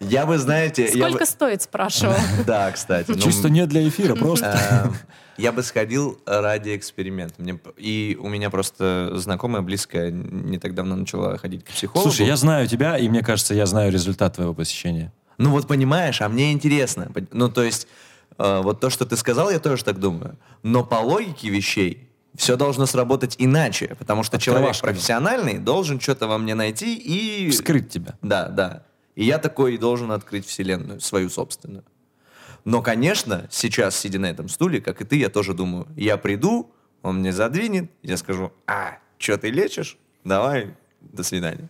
Speaker 1: Я бы, знаете... я бы-
Speaker 3: Сколько стоит, спрашивал.
Speaker 1: Да, кстати. ну,
Speaker 2: Чисто не для эфира, просто.
Speaker 1: Э, Я бы сходил ради эксперимента. Мне п- И у меня просто знакомая, близкая, не так давно начала ходить к психологу.
Speaker 2: Слушай, я знаю тебя, и мне кажется, я знаю результат твоего посещения.
Speaker 1: Ну вот понимаешь, а мне интересно. Пон- Ну то есть, э, вот то, что ты сказал, я тоже так думаю. Но по логике вещей все должно сработать иначе, потому что человек
Speaker 2: Открывашка, да.
Speaker 1: профессиональный должен что-то во мне найти и...
Speaker 2: Вскрыть тебя.
Speaker 1: Да, да. И я такой и должен открыть вселенную, свою собственную. Но, конечно, сейчас, сидя на этом стуле, как и ты, я тоже думаю, я приду, он мне задвинет, я скажу, а, что ты лечишь? Давай, до свидания.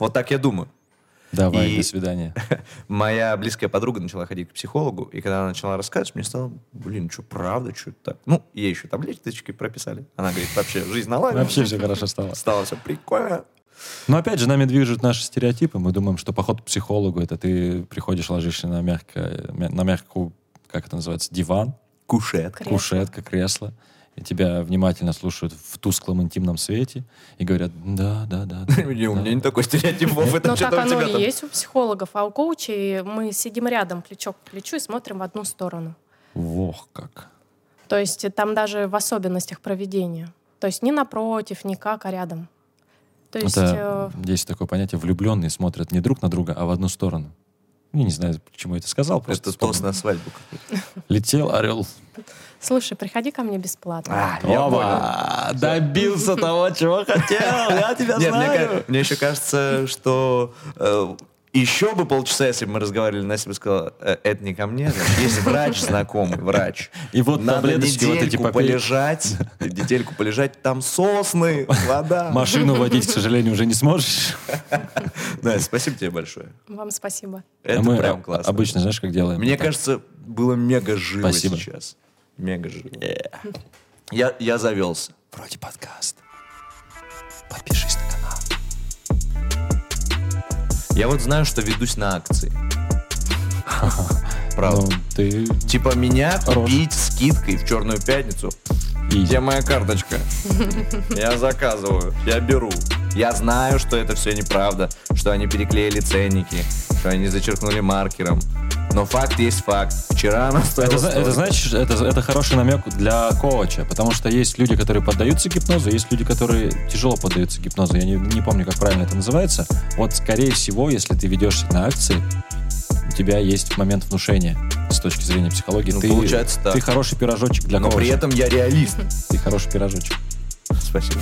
Speaker 1: Вот так я думаю.
Speaker 2: Давай,
Speaker 1: И-
Speaker 2: до свидания.
Speaker 1: Моя близкая подруга начала ходить к психологу, и когда она начала рассказывать, мне стало, блин, что правда, что так? Ну, ей еще таблеточки прописали. Она говорит, вообще, жизнь наладилась.
Speaker 2: Вообще все хорошо стало.
Speaker 1: Стало все прикольно.
Speaker 2: Но опять же, нами движут наши стереотипы. Мы думаем, что поход к психологу это ты приходишь, ложишься на мягкое, мя- на мягкую, как это называется, диван,
Speaker 1: Кушетка.
Speaker 3: Кресло.
Speaker 2: кушетка, кресло. И тебя внимательно слушают в тусклом интимном свете и говорят, да, да, да. да,
Speaker 1: Не, У
Speaker 2: да».
Speaker 1: меня не такой стереотип, Вов, это
Speaker 3: Но Ну, так
Speaker 1: что-то у
Speaker 3: оно
Speaker 1: тебя
Speaker 3: и
Speaker 1: там.
Speaker 3: есть у психологов, а у коучей мы сидим рядом, плечо к плечу, и смотрим в одну сторону.
Speaker 2: Вох как.
Speaker 3: То есть э, там даже в особенностях проведения. То есть не напротив, не как, а рядом. То есть э,
Speaker 2: Это есть такое понятие, влюбленные смотрят не друг на друга, а в одну сторону. Я не знаю, почему я это сказал, просто
Speaker 1: Это тост
Speaker 2: вспомнил.
Speaker 1: на свадьбу. какой-то.
Speaker 2: летел орел.
Speaker 3: э, слушай, приходи ко мне бесплатно.
Speaker 1: А, я понял.
Speaker 2: Опа! А, добился того, чего хотел, я тебя
Speaker 1: Нет, мне,
Speaker 2: знаю.
Speaker 1: ка- мне еще кажется, что э, еще бы полчаса, если бы мы разговаривали, Настя бы сказала, «Э, это не ко мне, значит, есть врач знакомый, врач.
Speaker 2: И вот
Speaker 1: Надо
Speaker 2: таблеточки вот эти
Speaker 1: недельку
Speaker 2: попей.
Speaker 1: полежать, недельку полежать, там сосны, вода.
Speaker 2: Машину водить, к сожалению, уже не сможешь.
Speaker 1: Настя, спасибо тебе большое.
Speaker 3: Вам спасибо.
Speaker 1: Это
Speaker 2: А мы
Speaker 1: прям
Speaker 2: о-
Speaker 1: классно.
Speaker 2: Обычно, знаешь, как делаем?
Speaker 1: Мне
Speaker 2: Так.
Speaker 1: кажется, было мега живо
Speaker 2: Спасибо.
Speaker 1: сейчас. Мега живо. Я, я завелся.
Speaker 2: Вроде подкаст. Подпишись на канал.
Speaker 1: Я вот знаю, что ведусь на акции. Правда.
Speaker 2: Ну, ты...
Speaker 1: Типа меня
Speaker 2: Хорош.
Speaker 1: купить скидкой в черную пятницу.
Speaker 2: и-
Speaker 1: Где моя карточка? Я заказываю, я беру. Я знаю, что это все неправда, что они переклеили ценники, что они зачеркнули маркером. Но факт есть факт. Вчера она стоила
Speaker 2: Это, зна- это
Speaker 1: столько.
Speaker 2: значит, это, это хороший намек для коуча, потому что есть люди, которые поддаются гипнозу, есть люди, которые тяжело поддаются гипнозу. Я не, не помню, как правильно это называется. Вот, скорее всего, если ты ведешься на акции, у тебя есть момент внушения с точки зрения психологии.
Speaker 1: Ну,
Speaker 2: ты,
Speaker 1: получается так.
Speaker 2: ты хороший пирожочек для
Speaker 1: Но
Speaker 2: коуча.
Speaker 1: при этом я реалист.
Speaker 2: Ты хороший пирожочек.
Speaker 1: Спасибо.